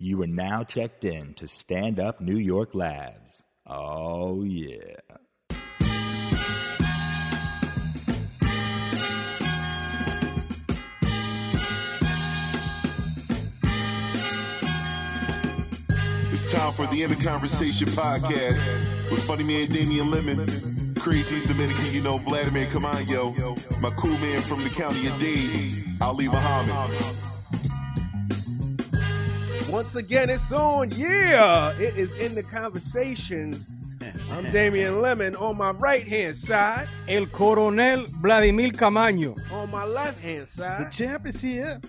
You are now checked in to Stand Up New York Labs. Oh, yeah. It's time for the End of Conversation podcast with funny man Damian Lemon, crazy's Dominican, you know, Vladimir Camayo, my cool man from the county of Dade, Ali Muhammad. Once again, it's on. Yeah, it is in the conversation. I'm Damian Lemon on my right hand side, El coronel Vladimir Camaño. on my left hand side. champ is here.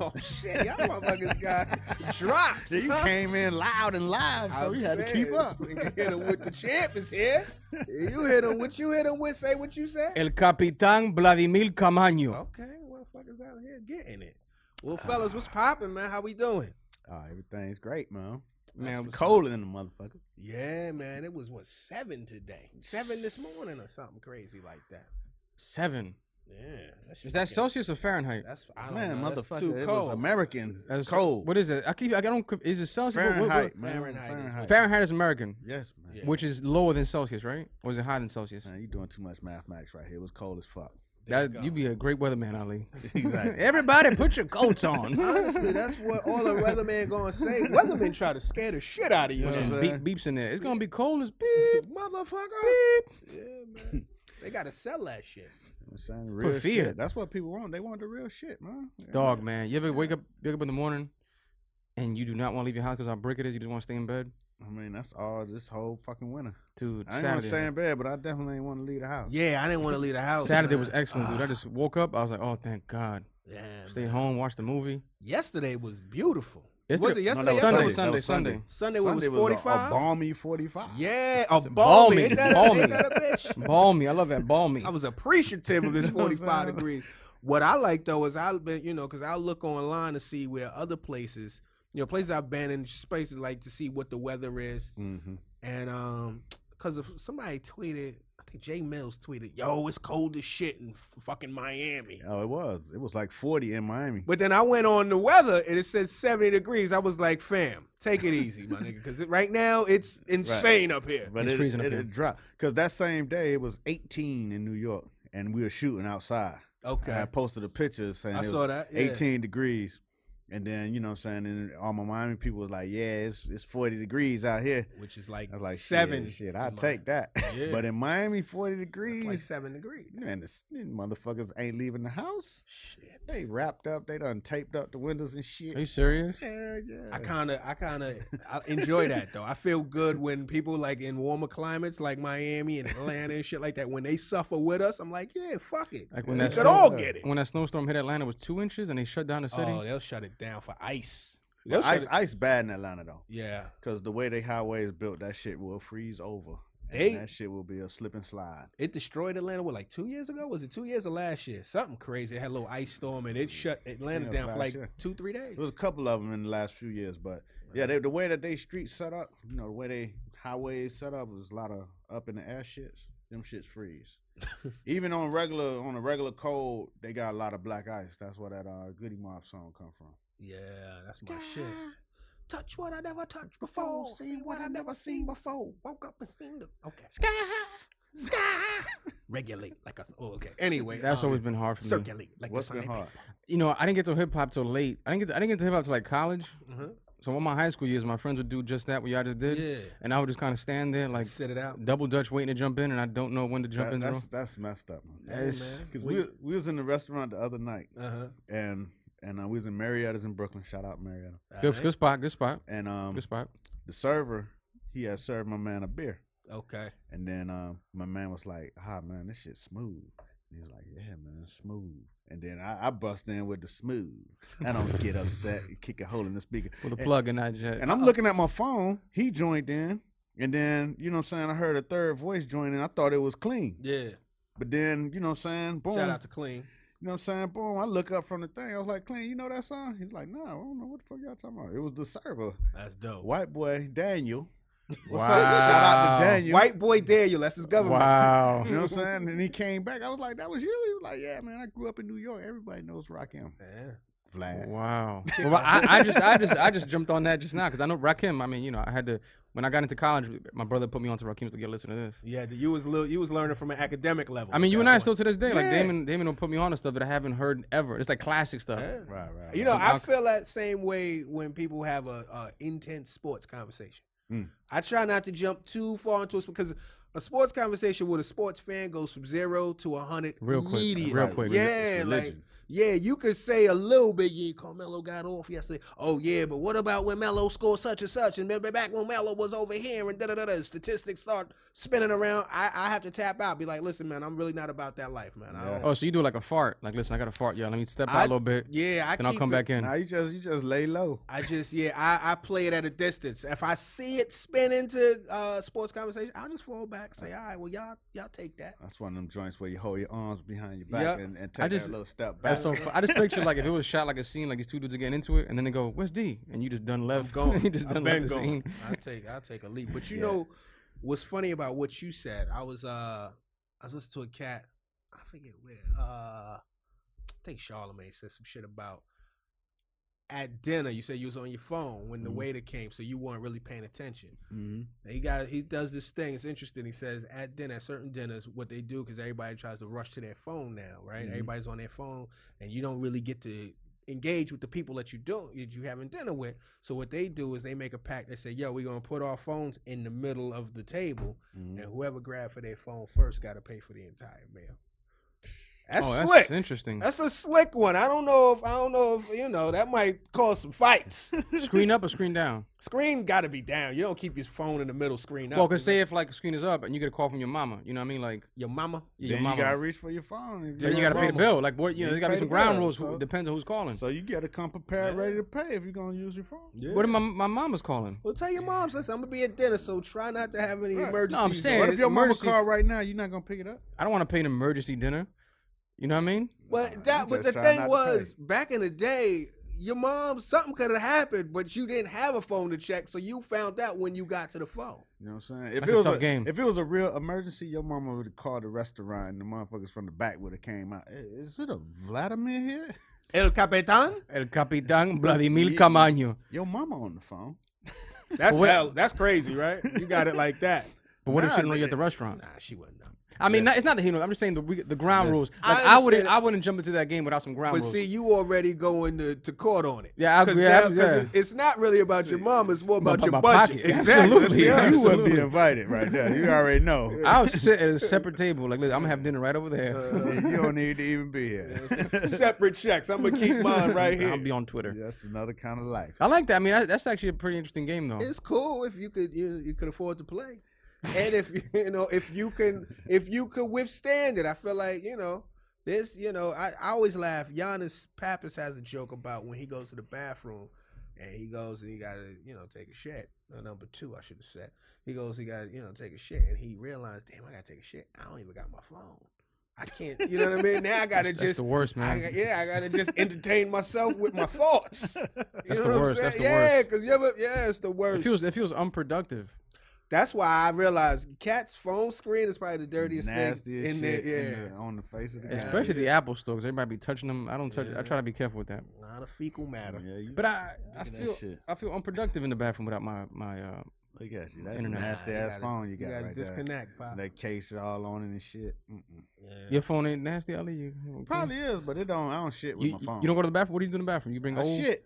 Oh shit, y'all motherfuckers got drops. You huh? came in loud and live, so I'm we had to saying, keep up. this nigga hit him with the champ is here. You hit him. What you hit him with? Say what you said. El capitán Vladimir Camaño. Okay, well, fuckers out here getting it. Well, Ah. fellas, what's popping, man? How we doing? Oh, everything's great, man. Man, Man, what's cold in the motherfucker. Yeah, man. It was what seven today, seven this morning, or something crazy like that. Seven. Yeah, that's Is that Celsius or Fahrenheit? That's I don't Man, know. That's motherfucker, too it cold. was American That's- cold. What is it? I keep. I don't. Is it Celsius? What- what- what- Fahrenheit, man. Fahrenheit is what- Fahrenheit is American, Yes, man. Yeah. which is lower than Celsius, right? Or is it higher than Celsius? Man, you doing too much mathematics right here. It was cold as fuck. There That go. you'd be a great weatherman, Ali. exactly. Everybody, put your coats on. Honestly, that's what all a weatherman gonna say. Weathermen try to scare the shit out of you, Yeah. Some man. beep, beeps in there. It's gonna be cold as beep. motherfucker. Yeah, man. They gotta sell that shit. I'm saying the real fear. shit. That's what people want. They want the real shit, man. Yeah. Dog, man. You ever wake up, wake up in the morning, and you do not want to leave your house because how brick it is. You just want to stay in bed, I mean, that's all this whole fucking winter. dude. I ain't want to Saturday. stay in bed, but I definitely ain't want to leave the house. Yeah, I didn't want to leave the house. Saturday Oh, man. was excellent, dude. I Ah, just woke up. I was like, oh, thank God. damn, Stayed man. home, watched the movie. Yesterday was beautiful. Yesterday- was it No, yesterday? that was Sunday, Sunday, Sunday, Sunday, That was Sunday. Sunday. was Sunday forty was a, a five. balmy 45. yeah, a balmy. balmy, Ain't that a- balmy. ain't that a bitch? Balmy. I love that balmy. I was appreciative of this You know what I'm 45 saying? degrees. What I like though is I've been, you know, because I look online to see where other places, you know, places I've been in spaces like to see what the weather is. Mm-hmm. And um, because if somebody tweeted, I think Jay Mills tweeted, "Yo, it's cold as shit in f- fucking Miami." Oh, it was. It was like 40 in Miami. But then I went on the weather and it said 70 degrees. I was like, fam, take it easy, my nigga, because right now it's insane up here. But It's it, freezing up it, here. it dropped because that same day it was 18 in New York, and we were shooting outside. Okay. I posted a picture saying I it saw was that. yeah. 18 degrees, and then you know what I'm saying, and all my Miami people was like, "Yeah, it's it's 40 degrees out here." Which is like, I was like, "Shit, seven. Shit, I take that. Yeah. but in Miami, 40 degrees, It's like seven degrees. man, the, the motherfuckers ain't leaving the house. Shit. They wrapped up. They done taped up the windows and shit. Are you serious? yeah, yeah. I kind of, I kind of, I enjoy that though. I feel good when people like in warmer climates, like Miami and Atlanta and shit like that, when they suffer with us, I'm like, yeah, fuck it, Like when we that could snow- all get it. When that snowstorm hit Atlanta, it was two inches, and they shut down the city. Oh, they'll shut it down for ice. They'll Well, shut ice, it- ice bad in Atlanta though. yeah, Because the way they highway is built, that shit will freeze over. And They- that shit will be a slip and slide. it destroyed Atlanta. What like two years ago? Was it two years or last year? Something crazy. It had a little ice storm and it shut Atlanta Mm. Yeah, it was down for last like year. two, three days. There was a couple of them in the last few years, but yeah, they, the way that they streets set up, you know, the way they highways set up was a lot of up in the air shits. Them shits freeze. Even on regular on a regular cold, they got a lot of black ice. That's where that uh, Goody Mob song come from. yeah, that's my shit. Touch what I never touched before. See what I never seen before. Woke up and seen the okay. Sky high, sky high. Regulate like a oh okay. Anyway, That's um, always been hard for me. circulate like What's the been hard? You know, I didn't get to hip hop till late. I didn't get. To, I didn't get to hip hop till like college. hmm So in my high school years, my friends would do just that. What y'all just did, Yeah, and I would just kind of stand there like like sit it out. double dutch, waiting to jump in, and I don't know when to jump That- in. that's That's, that's messed up, man. That is- Because we, uh-huh. we was in the restaurant the other night, uh huh. and and uh, we was in Marietta's in Brooklyn. Shout out Marietta. good, good spot. Good spot. And um, Good spot. the server, he had served my man a beer. Okay. And then um, my man was like, ah, man, this shit's smooth. And he was like, yeah, man, it's smooth. And then I, I bust in with the smooth. I don't get upset and kick a hole in the speaker. With a And- plug in that uh, jet. And I'm looking at my phone. He joined in. And then, you know what I'm saying? I heard a third voice join in. I thought it was clean. Yeah. But then, you know what I'm saying? Boom. Shout out to Clean. You know what I'm saying? Boom. I look up from the thing. I was like, clean, you know that song? He's like, no, I don't know what the fuck y'all talking about. It was the server. That's dope. White boy, Daniel. What's up? Shout out to Wow. Daniel. White boy Daniel. That's his government. Wow. You know what I'm saying? And he came back. I was like, that was you. He was like, yeah, man, I grew up in New York. Everybody knows Rock M. Yeah. Vlad. Wow. well, I, I just, I just, I just jumped on that just now because I know Rakim. I mean, you know, I had to when I got into college, my brother put me onto Rakim's to get a listen to this. Yeah, the- you was little, you was learning from an academic level. I mean, at you Oh, that and I point. still to this day, like Yeah. Damon, Damon will put me on to stuff that I haven't heard ever. It's like classic stuff. Yeah. Right, right. You know, Some I doc- feel that same way when people have a, a intense sports conversation. Hmm. Mm. I try not to jump too far into it because a sports conversation with a sports fan goes from zero to a hundred Real quick, immediately. real quick. Yeah, like yeah, you could say a little bit. Yeah, Carmelo got off yesterday. Oh yeah, but what about when Melo scored such and such? And remember back when Melo was over here and da da da da. Statistics start spinning around. I, I have to tap out. Be like, listen, man, I'm really not about that life, man. I Yeah. don't, Oh, so you do like a fart? Like, listen, I got a fart, y'all. Let me step out a I- little bit, yeah, I then I'll keep come it- back in. Now you just you just lay low. I just yeah, I, I play it at a distance. If I see it spin into uh sports conversation, I'll just fall back, say, all right, well y'all y'all take that. That's one of them joints where you hold your arms behind your back Yeah. and, and I take just- that little step back. That's so. Fun. I just picture like if it was shot like a scene, like these two dudes are getting into it, and then they go, "Where's D?" and you just done left. gone. you just I've done been left the gone. scene. I'll take I'll take a leap. But you Yeah. know what's funny about what you said, I was uh I was listening to a cat, I forget where, uh I think Charlemagne said some shit about at dinner, you said you was on your phone when the Mhm. waiter came, so you weren't really paying attention. Mhm. And He got he does this thing. It's interesting. He says at dinner, at certain dinners, what they do because everybody tries to rush to their phone now, right? Mm-hmm. Mhm. Everybody's on their phone, and you don't really get to engage with the people that you don't that you having dinner with. So what they do is they make a pact. They say, "Yo, we're gonna put our phones in the middle of the table, Mm-hmm. Mhm. and whoever grabbed for their phone first got to pay for the entire meal." That's oh, slick. that's interesting. That's a slick one. I don't know if I don't know if you know that might cause some fights. Screen up or screen down? screen got to be down. You don't keep your phone in the middle. Screen up. well, cause say if like screen is up and you get a call from your mama, you know what I mean? Like your mama. your then mama. you gotta reach for your phone. if then you got gotta pay the Roma. bill. Like what? You know, there You gotta be pay some the ground bill, rules. so- Who, depends on who's calling. So you gotta come prepared, Yeah. ready to pay if you're gonna use your phone. what if my my mama's calling? Well, tell your moms, listen, I'm gonna be at dinner, so try not to have any Right. emergencies. No, I'm saying- What if your mama emergency- call right now? You're not gonna pick it up. I don't want to pay an emergency dinner. You know what I mean? But Nah, that, you but just the try not thing to was, pay. back in the day, your mom, something could have happened, but you didn't have a phone to check, so you found out when you got to the phone. You know what I'm saying? If That's it a was tough game. If it was a real emergency, your mama would have called the restaurant and the motherfuckers from the back would have came out. "I- Is it a Vladimir here? El Capitan? El Capitán Vladimir Vladimir Yeah. Camaño. Your mama on the phone. That's What- hell, that's crazy, right? You got it like that. But what if Nah, she didn't know you nigga. at the restaurant? she wouldn't know. I mean, not, it's not the hero. I'm just saying the re- the ground Yes. rules. I Like I, wouldn't understand. I wouldn't jump into that game without some ground But rules. see, you already going to, to court on it. Yeah, I 'Cause agree. now- I- 'cause yeah. it- it's not really about your mom; it's more about, About your my budget. pocket. Exactly. Absolutely. That's the you honest wouldn't absolutely. be invited right there. You already know. I would sit at a separate table. Like, listen, I'm gonna have dinner right over there. Uh, you don't need to even be here. separate checks. I'm gonna keep mine right here. I'll be on Twitter. That's another kind of life. I like that. I mean, that, that's actually a pretty interesting game, though. It's cool if you could you, you could afford to play, and if you- you know if you can if you could withstand it. I feel like you know this. You know I, I always laugh. Giannis Pappas has a joke about when he goes to the bathroom, and he goes and he got to you know take a shit. Uh, number two, I should have said. He goes, he got to you know take a shit, and he realized, damn, I got to take a shit. I don't even got my phone. I can't. You know what I mean? Now I got to that's, that's just the worst, I, man. got- yeah, I gotta just entertain myself with my thoughts. You That's know the what I'm worst, that's saying? the yeah, worst. because you ever, yeah, it's the worst. it feels it feels unproductive. That's why I realized cat's phone screen is probably the dirtiest Nastiest thing in shit there. Yeah, in the- on the face of the Yeah. guy. Especially the Apple stores. Everybody be touching them. I don't touch. I try to be careful with that. a lot of fecal matter. Yeah, you, But I I Look at that feel shit. I feel unproductive in the bathroom without my my. Uh, look at you. That's a Internet. nasty You ass gotta- phone you You got gotta right there. disconnect, pop. That case all on it and shit. Mm-mm. yeah. your phone ain't nasty, Ali. You you- Probably is, but it don't. I don't shit with You, my you- phone. you don't go to the bathroom. What do you do in the bathroom? You bring I old. shit.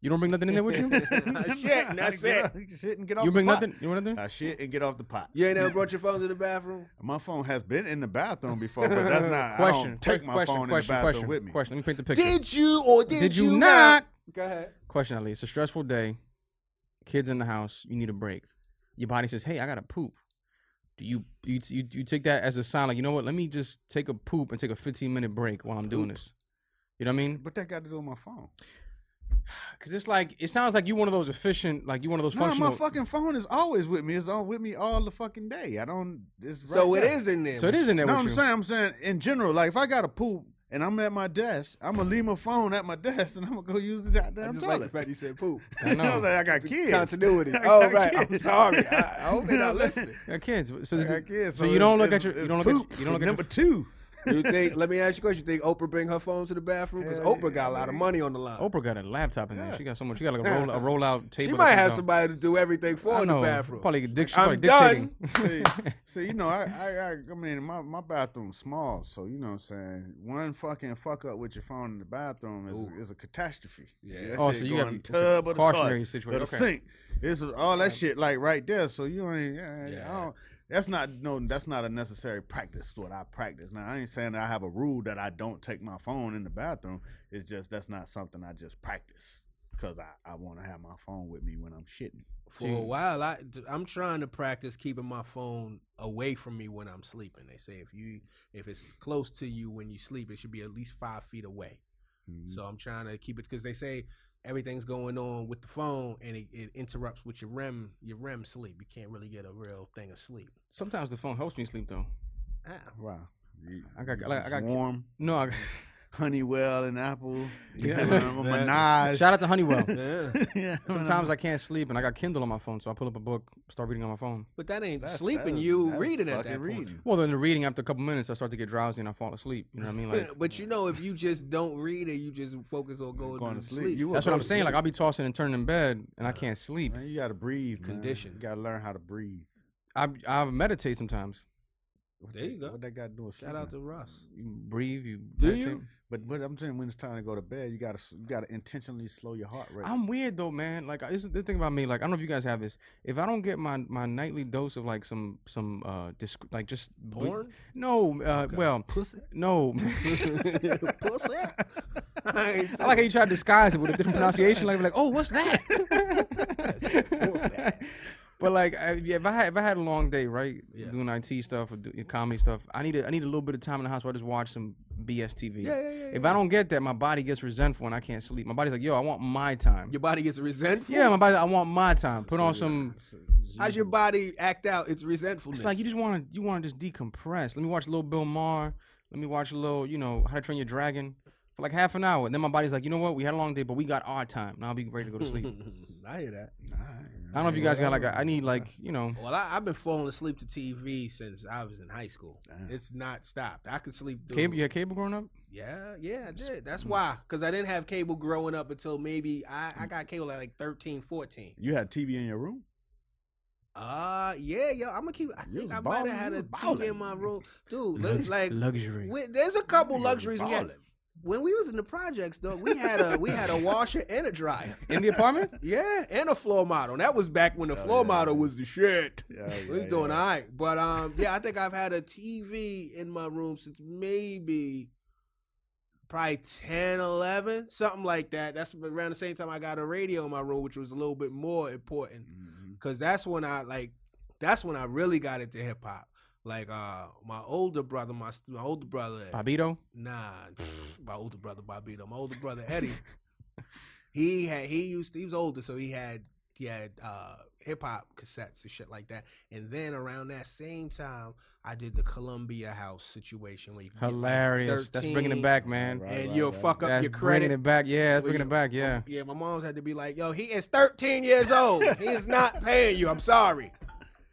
You don't bring nothing in there with you. I shit. and That's it. Shit and get off. you the bring pot. nothing. You want nothing. I shit and get off the pot. You ain't ever brought your phone to the bathroom? My phone has been in the bathroom before, but that's not. I Question. don't take que- my question. phone question. in the bathroom question. with me. Question. Let me paint the picture. Did you or did, Did you not? Go ahead. Question, Ali. It's a stressful day. Kids in the house. You need a break. Your body says, "Hey, I gotta poop." Do you you you, you take that as a sign like you know what? Let me just take a poop and take a 15 minute break while I'm doing Poop. this. You know what I mean? But that got to do with my phone. Because it's like it sounds like you one of those efficient, like you one of those No, functional. my fucking phone is always with me. It's on with me all the fucking day. I don't. It's right So it there. is in there. so it is in there. No, with I'm you. saying, I'm saying in general. Like if I got to poop and I'm at my desk, I'm gonna leave my phone at my desk and I'm gonna go use the I goddamn just like the toilet. fact you said poop. I you know, know. like I got kids. Continuity. I Oh, got right. I'm kids. sorry. I, I hope they're not listening. Yeah, kids. So, I this got is- kids. so you it's- don't look at it's- your you it's don't look poop. at, you don't look at number your, two. You think? let me ask you a question. You think Oprah bring her phone to the bathroom? Because Hell Oprah got a lot of money on the line. Oprah got a laptop in there. Yeah. She got so much. She got like a roll a rollout table. she that might have goes- somebody to do everything for I her in the know, bathroom. Probably, dic- she's I'm probably done. dictating. see, see, you know, I, I, I, I mean, my, my bathroom's small, so you know what I'm saying. One fucking fuck up with your phone in the bathroom is, is a catastrophe. Yeah. That Oh, shit so you go got in the it's a tub or the cautionary toilet situation, or the okay. sink. It's all that shit like right there. So you ain't. Yeah. Yeah. I don't, that's not no. That's not a necessary practice. What I practice now. I ain't saying that I have a rule that I don't take my phone in the bathroom. It's just that's not something I just practice because I, I want to have my phone with me when I'm shitting. For a Dude. while, I am trying to practice keeping my phone away from me when I'm sleeping. They say if you if it's close to you when you sleep, it should be at least five feet away. So I'm trying to keep it because they say everything's going on with the phone and it, it interrupts with your REM your REM sleep. You can't really get a real thing of sleep. Sometimes the phone helps me sleep though. Ah, Wow. I got- I got- I got- warm. No, I, Honeywell and Apple. Yeah. Yeah, Minaj. shout out to Honeywell. yeah. yeah, Sometimes I can't sleep and I got Kindle on my phone, so I pull up a book, start reading on my phone. But that ain't That's- sleeping. that is- you that is reading at fucking that point. reading. Well, then the reading after a couple minutes, I start to get drowsy and I fall asleep. You know what I mean? Like but you know, if you just don't read it, you just focus on going, to sleep. You will that's what go I'm to saying. Like sleep. I'll be tossing and turning in bed and I can't sleep. man, you got to breathe. man. Condition. You got to learn how to breathe. I I meditate sometimes. What There you that- go. What that got to do with Shout out to sleeping? Russ. You breathe. You Do meditate. you? But but I'm saying when it's time to go to bed, you got to you got to intentionally slow your heart rate. I'm weird though, man. Like this is the thing about me. Like I don't know if you guys have this. If I don't get my my nightly dose of like some some uh disc- like just ble- Porn? No, uh, well, Pussy. no. Pussy. I ain't I like how you try to disguise it with a different pronunciation. Like, like, oh, what's that? but like, I, yeah, if I had if I had a long day, right, Yeah. doing IT stuff or do, comedy stuff, I need a, I need a little bit of time in the house where I just watch some BS TV. Yeah, yeah, yeah, if I don't get that, my body gets resentful and I can't sleep. My body's like, yo, I want my time. Your body gets resentful. Yeah, my body, I want my time. Put on some. How's your body act out its resentfulness? It's like you just want to you want to just decompress. Let me watch a little Bill Maher. Let me watch a little, you know, How to Train Your Dragon for like half an hour. And then my body's like, you know what? We had a long day, but we got our time. Now I'll be ready to go to sleep. I hear that. I don't know if you guys got like a, I need like you know Well, I, I've been falling asleep to TV since I was in high school. Damn. It's not stopped. I could sleep. through- cable. You had Mm. cable growing up. Yeah, yeah, I did. That's why, because I didn't have cable growing up until maybe I, Mm. I got cable at like 13, 14. You had TV in your room. Uh, yeah, yo, I'm gonna keep. I You was think I might ballin', have had you a was TV in ballin'. my room, dude. look, like, luxury. we, there's a couple You was luxuries we had. ballin'. When we was in the projects, though, we had a we had a washer and a dryer. In the apartment? Yeah, and a floor model. That was back when the floor yeah. model was the shit. Yeah, we was yeah, doing yeah. all right. But um, yeah, I think I've had a TV in my room since maybe probably 10, 11, something like that. That's around the same time I got a radio in my room, which was a little bit more important. Mhm. Cause that's when I like, that's when I really got into hip hop. Like uh, my older brother, my, st- my older brother, Bobito. Nah, pfft, my older brother Bobito, my older brother Eddie. he had he used to, he was older, so he had he had uh, hip hop cassettes and shit like that. And then around that same time, I did the Columbia House situation where you could get, like, Hilarious. That's bringing it 13, back, man. Right, and right, you'll right. fuck up That's your bringing credit. it back. Yeah, that's Well, bringing it you- back. Yeah. Yeah, my mom's had to be like, "Yo, he is 13 years old. he is not paying you. I'm sorry."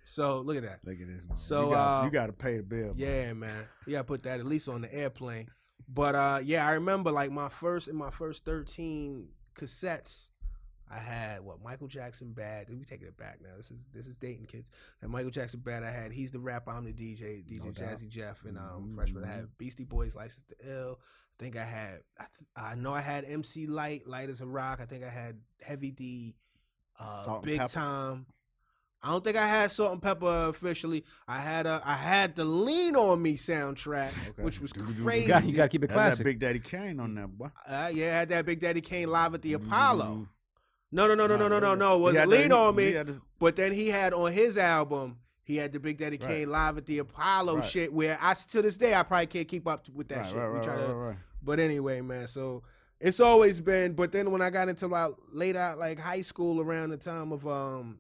So look at that. Look at this. Man. So, you gotta, uh, you gotta pay the bill. man. Yeah, man. You gotta put that at least on the airplane. But uh yeah, I remember like my first in my first thirteen cassettes, I had what Michael Jackson Bad. We taking it back now. This is this is dating kids. And Michael Jackson Bad I had He's the Rapper, I'm the DJ, DJ No doubt. Mm-hmm. Jazzy Jeff and um Freshman. I had Beastie Boys License to Ill. I think I had I, th- I know I had MC Light, Light as a Rock. I think I had Heavy D, uh, Salt and Big Pepper. Time. I don't think I had Salt and Pepper officially. I had a I had the Lean on Me soundtrack, Okay. which was Do-do-do-do. crazy. You got you got to keep it That's that classic. Big Daddy Kane on that boy. uh, yeah, I had that Big Daddy Kane live at the Mhm. Apollo. No, no, no, no, no, no, no, no. It He Was had the- Lean on he Me? had the- But then he had on his album, he had the Big Daddy Right. Kane live at the Apollo Right. shit. Where I s- to this day I probably can't keep up with that Right, shit. right, We right, try right, to- right. But anyway, man, so it's always been. But then when I got into like late out like high school around the time of um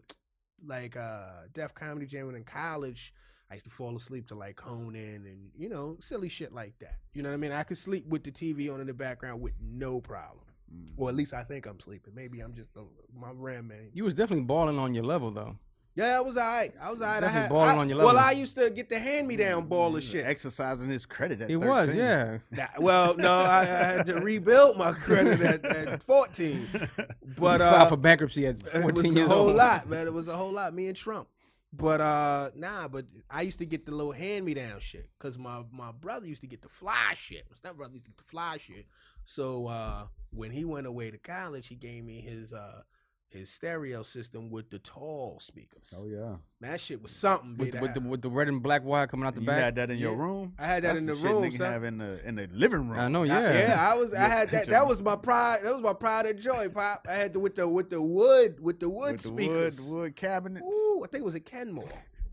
like uh deaf comedy jamming in college, I used to fall asleep to like Conan and you know silly shit like that. You know what I mean? I could sleep with the TV on in the background with no problem. Mm. Mm-hmm. Or at least I think I'm sleeping. Maybe I'm just a, my ram man. You was definitely balling on your level though. Yeah, I was all right. I was all right. I That's had, balling I- on your well, level. Mm. I used to get the hand me down ball of shit. Exercising his credit at It was, 13. yeah. Nah, well, no, I, I had to rebuild my credit at, at 14. But But, uh, filed for bankruptcy at 14 it was years a whole old. lot, man. It was a whole lot. Me and Trump. But uh, nah, but I used to get the little hand me down shit because my my brother used to get the fly shit. My stepbrother used to get the fly shit. So uh, when he went away to college, he gave me his uh his stereo system with the tall speakers. Oh yeah. That shit was something. With, B, with, to the, have. with the red and black wire coming out the you back. had that in your Yeah. room. I had that That's in the shit room. niggas son. have in the in the living room. I know, I- yeah. I was. I Yeah, had that. picture. That was my pride. That was my pride and joy, pop. I had the with the with the wood with the wood With the speakers. wood, wood cabinets. Ooh, I think it was a Kenmore.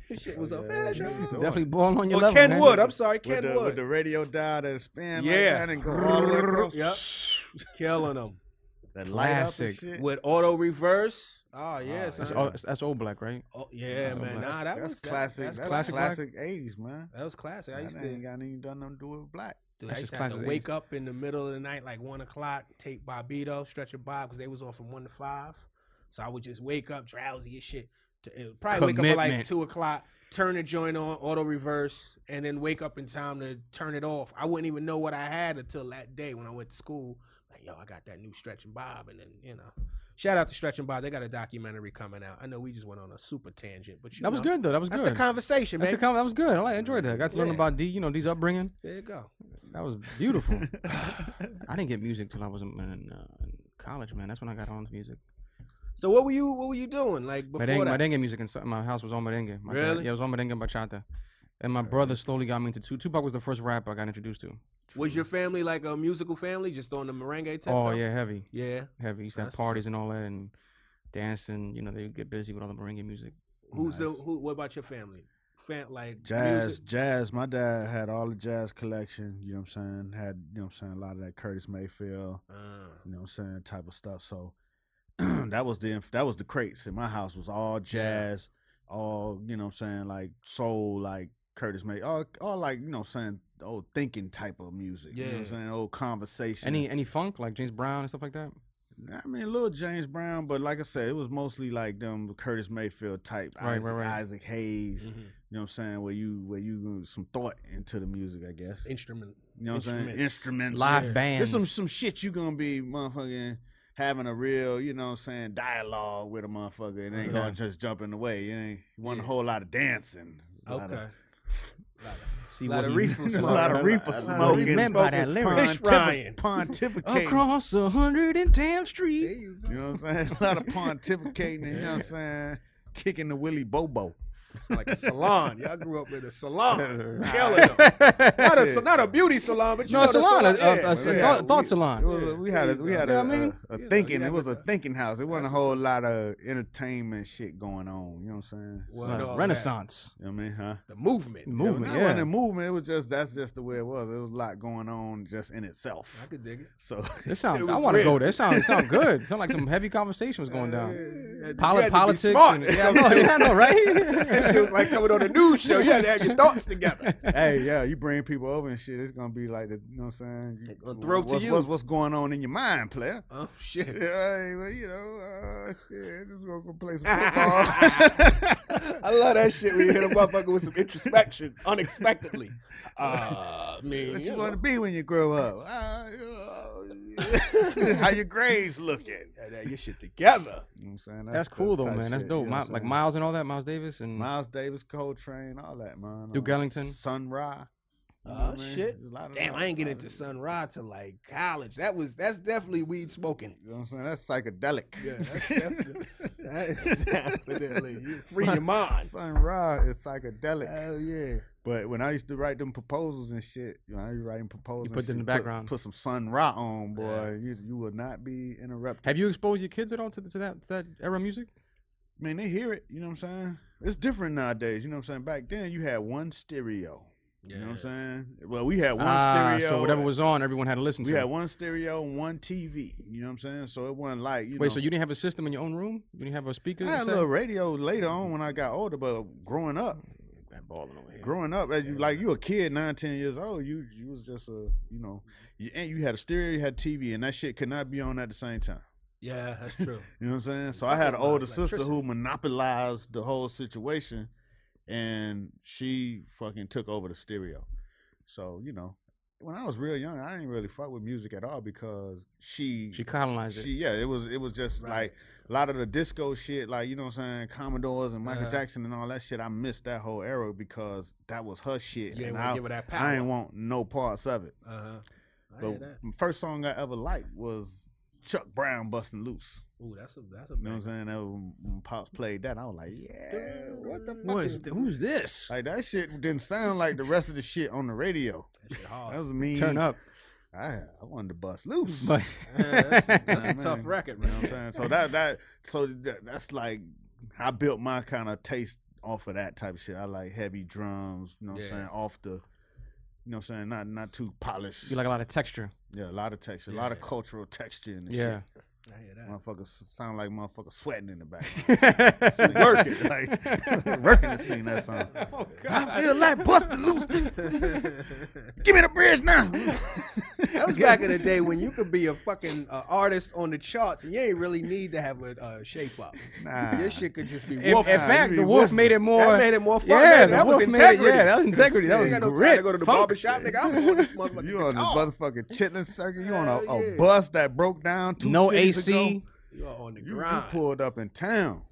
This shit was Oh, a yeah, fashion. yeah, yeah. Definitely balling on your Or level. Ken man. Wood. I'm sorry, Ken With the, Wood. with the radio dial that span like Yeah. that and go all the way across. Yep. Killing them That light up and Classic. shit. with auto reverse. Oh yeah, That's, son. all, that's old black, right? Oh, yeah, that's all- man. that's- nah, that that's was that- classic. That's, that's classic. classic. black. '80s, man. That was classic. I That used ain't to. got anything done nothing to do with black. Dude, I That's used just to have to classic wake eighties. up in the middle of the night, like one o'clock, take Bobito, stretch a Bob, because they was on from one to five. So I would just wake up drowsy as shit. To, it would probably wake up at like Commitment. two o'clock, turn the joint on, auto reverse, and then wake up in time to turn it off. I wouldn't even know what I had until that day when I went to school. Like, yo, I got that new Stretch and Bob, and then you know. Shout out to Stretch and Bob. They got a documentary coming out. I know we just went on a super tangent, but you That was know, good, though. That was That's good. the conversation, That's man. the con- that was good. I like, I enjoyed that. I got to learn Yeah. about D, you know, these upbringing. there you go. That was beautiful. I didn't get music till I was in, in, uh, in college, man. That's when I got on to music. So what were you what were you doing like before Merengue, that? merengue music in my house was all merengue. My dad- Really? yeah, it was all merengue and bachata. And my brother slowly got me into two. Tupac was the first rapper I got introduced to. Was your family like a musical family, just on the merengue tip? Oh though? yeah, heavy, yeah. heavy. Used That's what's to have up. parties and all that and dancing. You know, they would get busy with all the merengue music. Who's the Nice. who? What about your family? Fan like Jazz, music? jazz. My dad had all the jazz collection. You know what I'm saying? Had you know what I'm saying? A lot of that Curtis Mayfield. Uh, You know what I'm saying? Type of stuff. So that was the inf- that was the crates in my house was all jazz, all you know what I'm saying like soul, like Curtis May, all, all like you know what I'm saying old thinking type of music. You know what Yeah. I'm saying? Old conversation. Any any funk like James Brown and stuff like that. I mean, a little James Brown, but like I said, it was mostly like them Curtis Mayfield type, Right, Isaac, right, right. Isaac Hayes. mhm. You know what I'm saying? Where you where you some thought into the music, I guess. Instrument. You know what I'm saying? Instruments. Live Yeah. bands. There's some some shit you gonna be motherfucking having a real, you know what I'm saying, dialogue with a motherfucker. It ain't Yeah. gonna just jump in the way. It ain't one Yeah. whole lot of dancing. A lot Okay. of- See lot what of he- Oh, reefer a smoke. lot of reefer Well, smoking. remember smoking, that lyric. Fish frying. Pontific- pontificating. across a hundred and tenth There street. you You go. know what I'm saying? A lot of pontificating, you know what I'm saying? Kicking the Willy Bobo. like a salon. Y'all grew up in a salon. Killing 'em. no, Not a not a beauty salon, but you a know the salon, a, a, yeah. a- Well, a yeah, thought, thought we- salon. It was a, we had a we had a, Yeah, I mean, a, a you know, thinking. you it was a got- thinking house. It wasn't a That's what's whole lot of entertainment shit going on. You know what I'm saying? So, Well, no, Uh, Renaissance. you know what I mean, huh? the movement. Movement, It wasn't yeah. a movement. It was just that's just the way it was. It was a lot going on just in itself. I could dig it. So It sounds. It I was want to go weird. there. It sounds. It sounds good. It sounds like some heavy conversation was going down. Yeah. You Poli- had to be politics. Smart. and- yeah, I know, yeah, I know, that shit was right? like coming on a news show. You had to have your thoughts together. hey, yeah, you bring people over and shit. It's gonna be like the, you know what I'm saying? You, gonna throw it to what's, you. What's, what's going on in your mind, player? Oh shit. Yeah, hey, well, you know, uh, shit, just gonna go play some football. I love that shit when you hit a motherfucker with some introspection unexpectedly. Uh, I mean, What you you know. want to be when you grow up? Ah, you know, How your grades looking? Yeah, that- your shit together. You know what I'm saying? That's the cool though, type man. That's shit, dope. you know My, what I'm like saying? Miles and all that. Miles Davis and Miles Davis, Coltrane, all that, man. Mm. Uh, Duke Ellington. Sun Ra. You know Oh, what I mean? shit. There's a lot of- Damn, I ain't get lot into Mm-hmm. of- Sun Ra till like college. That was that's definitely weed smoking. You know what I'm saying? That's psychedelic. Yeah, that's definitely, that is definitely you free your mind. Sun Ra is psychedelic. Hell yeah. But when I used to write them proposals and shit, you know, I used to writing proposals. You and put it in shit, the background. Put, some Sun Ra on, boy. Yeah. You you will not be interrupted. Have you exposed your kids at all to, to that to that era of music? I mean, they hear it. You know what I'm saying? It's different nowadays. You know what I'm saying? Back then, you had one stereo. You know what I'm saying? Well, we had one Ah, stereo. so whatever was on, everyone had to listen We to. had one stereo, and one TV. You know what I'm saying? So it wasn't like you Wait, know, so you didn't have a system in your own room? You didn't have a speaker? I had a set? little radio later on when I got older, but growing up, That balling over here. growing up, as you like you a kid, nine, ten years old, you you was just a you know, you, and you had a stereo, you had TV, and that shit could not be on at the same time. Yeah, that's true. You know what I'm saying? So I had an older sister Electricity. who monopolized the whole situation, and she fucking took over the stereo. So you know, when I was real young, I didn't really fuck with music at all because she She colonized she it. yeah, it was it was just Right. like a lot of the disco shit, like you know what I'm saying, Commodores and Michael Uh-huh. Jackson and all that shit. I missed that whole era because that was her shit, You ain't and want to I, give her that power. I ain't want no parts of it. Uh huh. I hear But that. the first song I ever liked was Chuck Brown busting loose. Ooh, that's a that's a. You know what I'm banger. saying? That was, when Pops played that, I was like, yeah, what the fuck What is th- who's this? Like that shit didn't sound like the rest of the shit on the radio. That shit hard. That was me. Turn up. I, I wanted to bust loose. But Yeah, that's a, that's a Yeah, tough man. record, You know man. what I'm saying? So that that so that, that's like I built my kind of taste off of that type of shit. I like heavy drums, you know what Yeah. I'm saying? Off the you know what I'm saying? Not not too polished. you like a lot of texture. yeah, a lot of texture, a lot of Yeah. cultural texture in the Yeah. shit. I hear that. Motherfuckers sound like motherfuckers sweating in the back. Work Working, like working to sing that song. Oh I feel like busting loose. Give me the bridge now. That was back in the day when you could be a fucking uh, artist on the charts and you ain't really need to have a uh, shape up. Nah. Your shit could just be In, in wolf. fact, you the be wolf whistling. made it more. that made it more fun. yeah, man. the that was wolf made it- integrity. yeah, that was integrity. That You was ain't got no time grit. to go to the funk. barbershop, nigga. I'm on this motherfucker. You on the guitar. motherfucking chitlin circuit? You on a, Hell a yeah. bus that broke down two No cities AC. ago? You are on the You, you grind pulled up in town,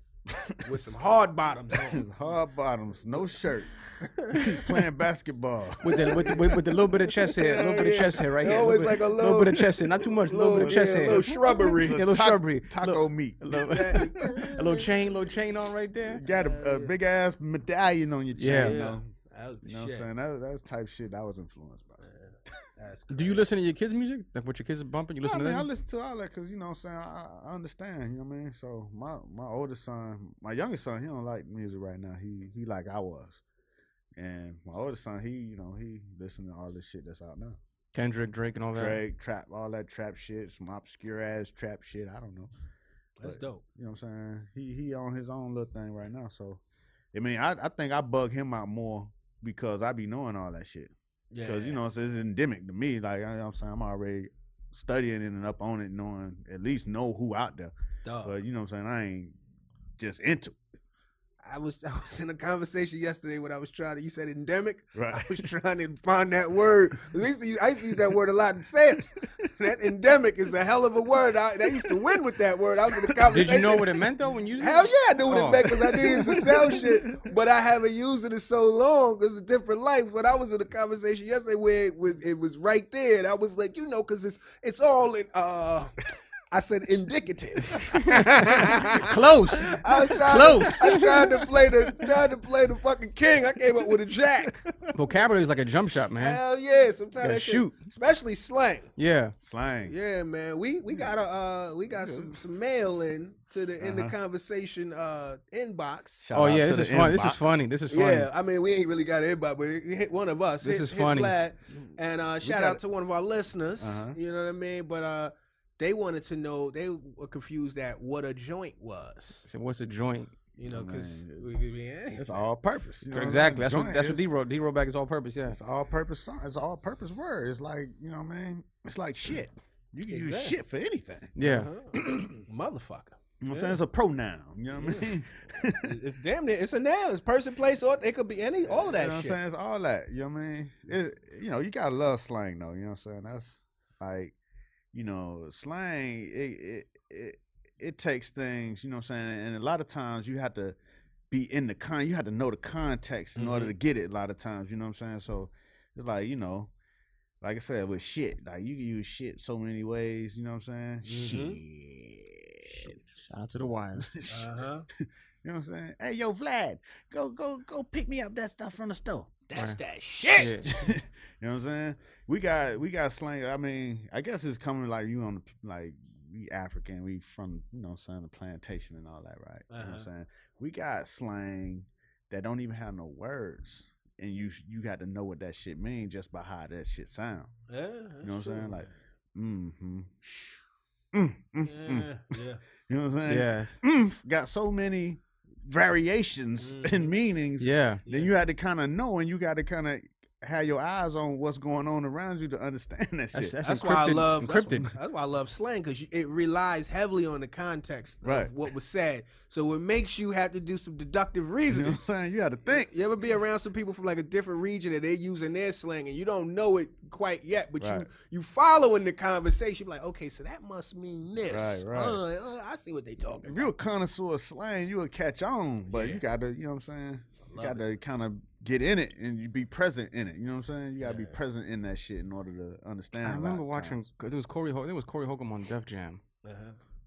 with some hard bottoms on. hard bottoms, no shirt, playing basketball. With the, with, the, with, with the little bit of chest hair, a little bit of chest hair right It here. always bit, like a little bit little- of chest hair, not too much, a little bit of yeah, chest hair, little shrubbery. Yeah, a little Ta- shrubbery, taco Little- meat. a little, a little chain, little chain on right there. Got a, a big ass medallion on your chin. Yeah. you Yeah. know, That was the You know what I'm shit. saying? That, that's type shit I was influenced by. That's Do you listen to your kids' music? Like what your kids are bumping? You I listen mean, I to that? listen to all that because you know what I'm saying. I, I understand, you know what I mean. So my my oldest son, my youngest son, he don't like music right now. He he like I was, and my oldest son, he you know he listen to all this shit that's out now. Kendrick, Drake, and all that. Drake, trap, all that trap shit, some obscure ass trap shit. I don't know. That's But, dope. You know what I'm saying? He he on his own little thing right now. So, I mean, I I think I bug him out more because I be knowing all that shit. Yeah. Because you know, it's, it's endemic to me. Like I, I'm saying, I'm already studying it and up on it, knowing at least know who out there. Uh. Dog. But you know, what I'm saying I ain't just into it. I was I was in a conversation yesterday when I was trying to. You said endemic. I right. was trying to find that word. At least you- I used to use that word a lot in sales. That endemic is a hell of a word. I, I used to win with that word. I was in a Did conversation. you know what it meant though when you? Hell yeah, I knew what Oh. it meant because I needed to sell shit, but I haven't used it in so long. It's a different life. But I was in a conversation yesterday where it was it was right there, and I was like, you know, because it's it's all in. uh I said indicative. Close. I was trying Close. To, I tried to play the tried to play the fucking king. I came up with a jack. Vocabulary is like a jump shot, man. Hell yeah! Sometimes Gotta that shit- shoot. especially slang. Yeah. Slang. Yeah, man. We we got a uh, we got some some mail in to the in the Uh-huh. conversation uh inbox. Shout Oh out yeah, to this the is funny. This is inbox. funny. This is funny. Yeah, I mean, we ain't really got everybody, but it hit one of us. This hit, is hit funny. Vlad. and uh, shout Mm. got out it. to one of our listeners. Uh-huh. You know what I mean? But uh, they wanted to know. They were confused at what a joint was. I said, what's a joint? You know, Oh, because man. we could be anything. It's all purpose. you know what I'm Exactly. saying? That's what Joint that's is- what D wrote. D wrote back is all purpose. Yeah. It's all purpose song. It's all purpose word. It's like you know what I mean. It's like shit. You can use Exactly. shit for anything. Yeah. Uh-huh. motherfucker. You know what I'm saying? It's a pronoun. You know what I mean? It's damn near. It's a noun. It's person, place, or it could be any. All of that you know shit. What I'm saying? It's all that. You know what I mean? It, you know, you gotta love slang though. You know what I'm saying? That's like, you know, slang. It it it, it takes things. You know what I'm saying? And a lot of times you have to be in the con. You have to know the context in order to Mm-hmm. get it. A lot of times, you know what I'm saying? So it's like you know. Like I said, with shit, like you can use shit so many ways. You know what I'm saying? Mm-hmm. Shit. Shout out to the wire. Uh Uh-huh. huh. You know what I'm saying? Hey, yo, Vlad, go go go pick me up that stuff from the store. That's that shit. you know what I'm saying? We got we got slang. I mean, I guess it's coming like you on the p- like we African, we from you know what I'm saying the plantation and all that, right? You know what Uh-huh. I'm saying? We got slang that don't even have no words. And you you got to know what that shit mean just by how that shit sound. Yeah. You know what I'm that's true. saying? Like, mm-hmm. Mm, mm, mm. Yeah. Yeah. You know what I'm saying? Yes. mm, got so many variations Mhm. and meanings. Yeah. Then you had to kind of know, and you got to kind of have your eyes on what's going on around you to understand that That's, shit. that's, That's encrypted. why I love encrypted. That's, that's why I love slang because it relies heavily on the context Right. of what was said. So it makes you have to do some deductive you know reasoning. what I'm saying? You had to think. You ever be around some people from like a different region and they're using their slang and you don't know it quite yet, but you Right. you following the conversation like, okay, so that must mean this. Right, right. Uh, uh, I see what they talking. If about. you're a connoisseur of slang, you'll catch on, but Yeah. you got to, you know what I'm saying? You Love got to kind of get in it and you be present in it. You know what I'm saying? You got to be Yeah. present in that shit in order to understand. I a lot remember of watching. times. It was Corey. Ho- I think it was Corey Holcomb on Def Jam. Uh-huh.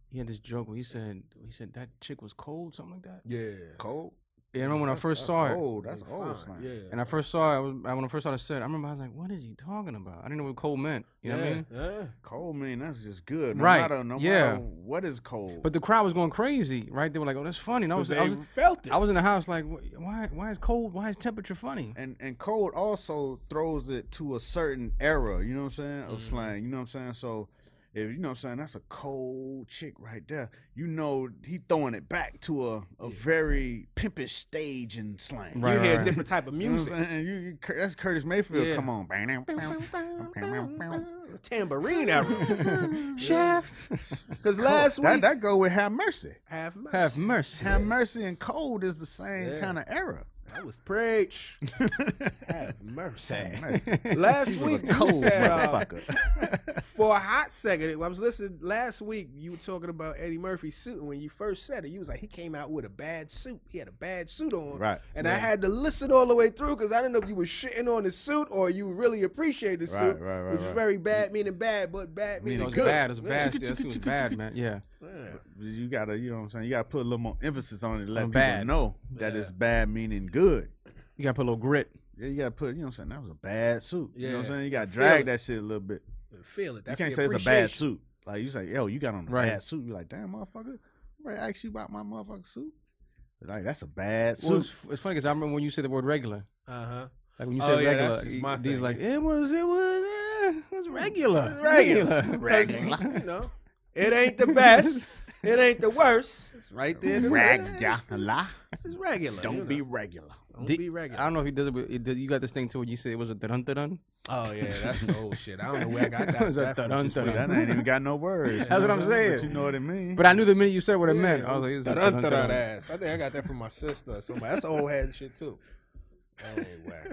He had this joke where he said he said that chick was cold, something like that. Yeah. cold. Yeah, I remember when I That's- first that's saw it. Old. That's old Fine, slang. Yeah. And I first saw it, I was, I- when I first saw the set, I remember I was like, what is he talking about? I didn't know what cold meant. You know what I mean? yeah. Cold mean that's just good. No Right, Matter, no yeah. matter what is cold. But the crowd was going crazy, right? They were like, oh, that's funny. And I was, they I was, felt it. I was in the house like, "Wh- why, why is cold, why is temperature funny? and and cold also throws it to a certain era, you know what I'm saying, of Mm-hmm. slang, you know what I'm saying? So if you know what I'm saying, that's a cold chick right there. You know he throwing it back to a, a very pimpish stage in slang. Right, you hear right. a different type of You know what music. I'm saying? You, you, Cur- that's Curtis Mayfield. Yeah. Come on, It's tambourine era. Shaft. Because last that week, that go with Have Mercy. have mercy. Have mercy. Have Mercy and Cold is the same Yeah. kind of era. I was preach. have mercy. Have Mercy. Last She was a week you cold said uh, motherfucker. for a hot second. I was listening last week. You were talking about Eddie Murphy's suit, and when you first said it, you was like, he came out with a bad suit. He had a bad suit on, Right. And I had to listen all the way through because I didn't know if you were shitting on his suit or you really appreciated the Right, suit, right, right, which is right. very bad, meaning bad, but bad You meaning know, it was good. bad. It was bad. Yeah. That shit was bad, man. Yeah. you gotta, you know what I'm saying? You gotta put a little more emphasis on it, and let On people bad. know that it's bad meaning good. You got to put a little grit. Yeah, you gotta put, you know what I'm saying? That was a bad suit. You know what I'm Yeah. saying? You gotta Feel it. drag that shit a little bit. Feel it. That's you can't the say it's a bad appreciation. suit. Like you say, yo, you got on a Right. bad suit. You're like, damn, motherfucker. Right, ask you about my motherfucking suit. Like that's a bad suit. Well, it's, it's funny because I remember when you said the word regular. Uh-huh. Like when you Oh, said yeah, regular, that's just my he's thing. like, it was, it was, eh, it was regular. It's regular. You know, it ain't the best. it ain't the worst. It's right there. in the middle. It's- it's- Regular. It's just regular. you Don't be know. regular. Don't Di- be regular. I don't know if he does it, but it, did- you got this thing too. Where you said it was a dun dun. Oh yeah, that's the old shit. I don't know where I got It was a that. from. dun-dun. Just See, that ain't even got no words. you That's know what I'm But saying. you know what it means. But I knew the minute you said what it Yeah, meant. I was like, it was a dun-dun-dun dun-dun-dun. ass. I think I got that from my sister or somebody. That's old head shit too. Anyway,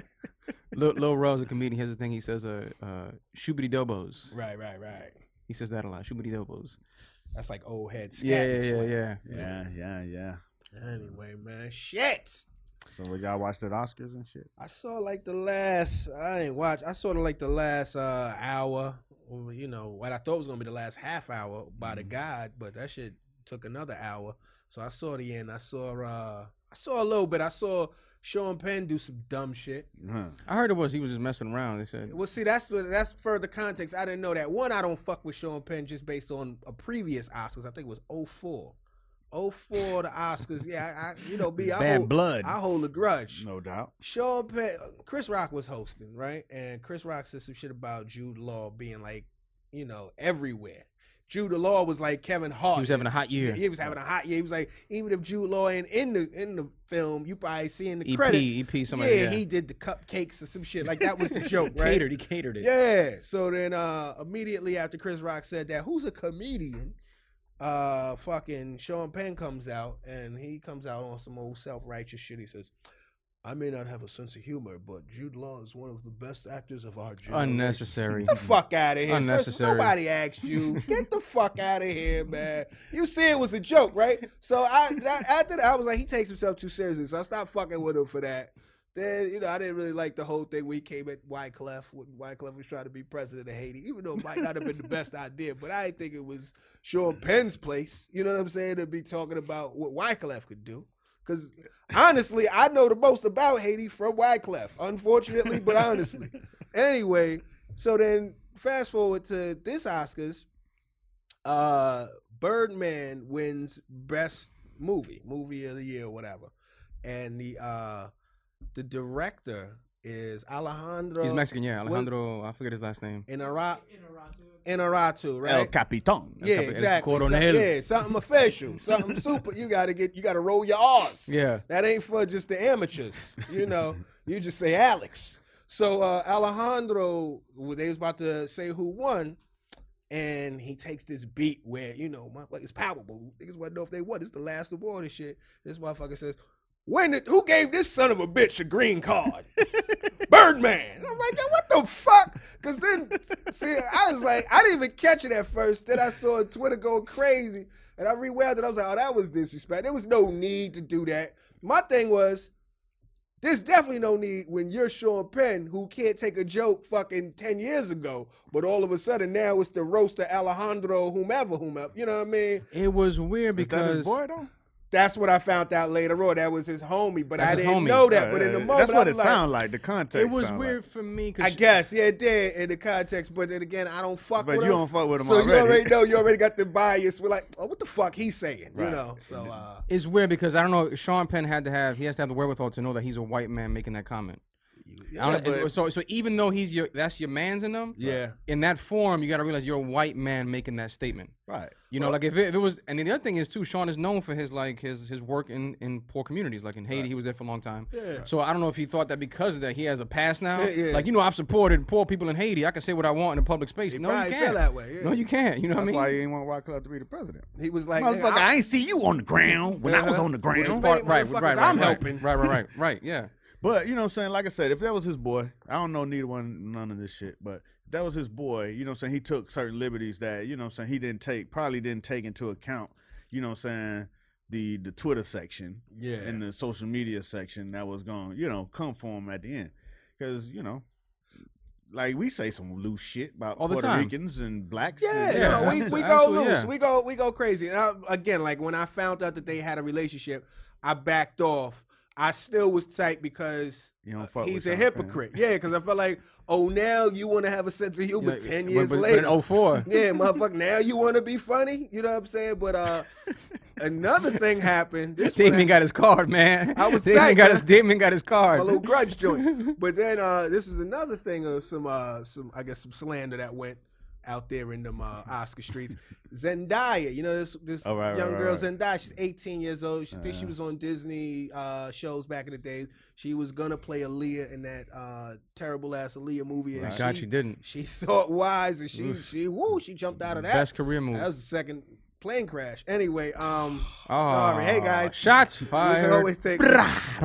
Lil, Lil Rel's a comedian. Here's the thing. He says, uh, uh, shoobity dobos. right, right, right. He says that a lot. Shoobity dobos. That's like old head. scat Yeah, and yeah, yeah, shit. yeah. Yeah, yeah, yeah. Anyway, man, shit. So y'all watched the Oscars and shit? I saw like the last. I ain't watch. I saw like the last uh hour. or, You know what I thought was gonna be the last half hour by the God, but that shit took another hour. So I saw the end. I saw. uh I saw a little bit. I saw Sean Penn do some dumb shit. Huh. I heard it was. He was just messing around. They said, Well, see, that's what- that's further context. I didn't know that. One, I don't fuck with Sean Penn just based on a previous Oscars. I think it was 04. 04, the Oscars. Yeah, I, I you know, be I hold, blood. I hold a grudge. No doubt. Sean Penn, Chris Rock was hosting, right? And Chris Rock said some shit about Jude Law being like, you know, everywhere. Jude Law was like Kevin Hart. He was having a is. hot year. He was having a hot year. He was like, even if Jude Law ain't in the in the film, you probably seeing the EP, credits. EP, E somebody. yeah, he did the cupcakes or some shit. Like that was the joke, right? catered. He catered it. Yeah. So then uh immediately after Chris Rock said that, who's a comedian? Uh fucking Sean Penn comes out and he comes out on some old self righteous shit. He says, I may not have a sense of humor, but Jude Law is one of the best actors of our generation. Unnecessary. Get the fuck out of here. First, Unnecessary. nobody asked you. Get the fuck out of here, man. You see, it was a joke, right? So I that, after that, I was like, he takes himself too seriously. So I stopped fucking with him for that. Then, you know, I didn't really like the whole thing. We came at Wyclef when Wyclef was trying to be president of Haiti, even though it might not have been the best idea, but I didn't think it was Sean Penn's place, you know what I'm saying, to be talking about what Wyclef could do. Because honestly, I know the most about Haiti from Wyclef, unfortunately, but honestly. Anyway, so then fast forward to this Oscars, uh, Birdman wins best movie, movie of the year, or whatever, and the uh, the director is Alejandro. He's Mexican. Yeah, Alejandro. I forget his last name. Inara- Inarritu, right? El Capitan. yeah, El exactly. So- Coronel. yeah, something official, something super. You gotta get, you gotta roll your R's. Yeah. That ain't for just the amateurs, you know. you just say Alex. So uh, Alejandro, well, they was about to say who won, and he takes this beat where you know motherfuckers Powerball niggas want to know if they won. It's the last award and shit. This motherfucker says, "When did, who gave this son of a bitch a green card?" Birdman. And I'm like, yo, what the fuck? Because then, see, I was like, I didn't even catch it at first. Then I saw Twitter going crazy, and I rewound it. I was like, oh, that was disrespect. There was no need to do that. My thing was, there's definitely no need when you're Sean Penn, who can't take a joke fucking 10 years ago, but all of a sudden now it's the roast of Alejandro, whomever, whomever. You know what I mean? It was weird Is that because his boy though? That's what I found out later on. That was his homie, but That's I his didn't homie. know that. But in the Uh, moment, that's what I'm it like, sounded like. The context. it was sound weird Like. for me. I Cause guess, yeah, it did in the context. But then again, I don't fuck But with you him. don't fuck with him so you already. already know you already got the bias. We're like, oh, what the fuck he's saying, you Right. know? So Mm-hmm. uh, It's weird because I don't know. Sean Penn had to have he has to have the wherewithal to know that he's a white man making that comment. I don't, but- so so even though he's your that's your man's in them. Yeah. In that form, you got to realize you're a white man making that statement. Right. You know, like if it, if it was, and then the other thing is too, Sean is known for his like his his work in in poor communities, like in Haiti, he was there for a long time. Yeah. So I don't know if he thought that because of that he has a pass now. Yeah, yeah. Like you know, I've supported poor people in Haiti. I can say what I want in a public space. He no, you probably can't. feel that way, yeah. No, you can't. You know That's what I why mean? you didn't want White Club to be the president. he was like, Motherfucker, nigga, I ain't see you on the ground when I was Uh-huh. on the Which is ground. why- Part- right, motherfuckers, right, right, I'm right, helping. Right, right, right, right. Yeah. But you know what I'm saying? Like I said, if that was his boy, I don't know neither one none of this shit, but if that was his boy, you know what I'm saying? He took certain liberties that, you know what I'm saying, he didn't take probably didn't take into account, you know what I'm saying, the the Twitter section Yeah. and the social media section that was going, you know, come for him at the end. Cuz, you know, like we say some loose shit about All the Puerto time. Ricans and blacks. Yeah, and, Yeah, no, we, we go absolutely, loose. yeah. We go we go crazy. And I, again, like when I found out that they had a relationship, I backed off. I still was tight because You don't uh, fuck he's with a Sean Penn. hypocrite. Yeah, because I felt like, oh, now you want to have a sense of humor Yeah, ten but- years but, later. But in 04. yeah, motherfucker, now you want to be funny. You know what I'm saying? But uh, another thing happened. This one Damon got his card, man. I was Damon tight, got man. his Damon got his card. my little grudge joint. But then uh, this is another thing of some uh, some I guess some slander that went out there in them uh, Oscar streets. Zendaya, you know this this Oh, right, right, young right, girl right. Uh-huh. Zendaya, she's 18 years old. She thinks she was on Disney uh, shows back in the day. She was gonna play Aaliyah in that uh, terrible ass Aaliyah movie. And Thank God she, she didn't. She thought wise, and she she woo, she jumped out of that. Best career move. That was the second plane crash. Anyway, um, Oh, sorry. Hey guys, Shots You fired. can always take.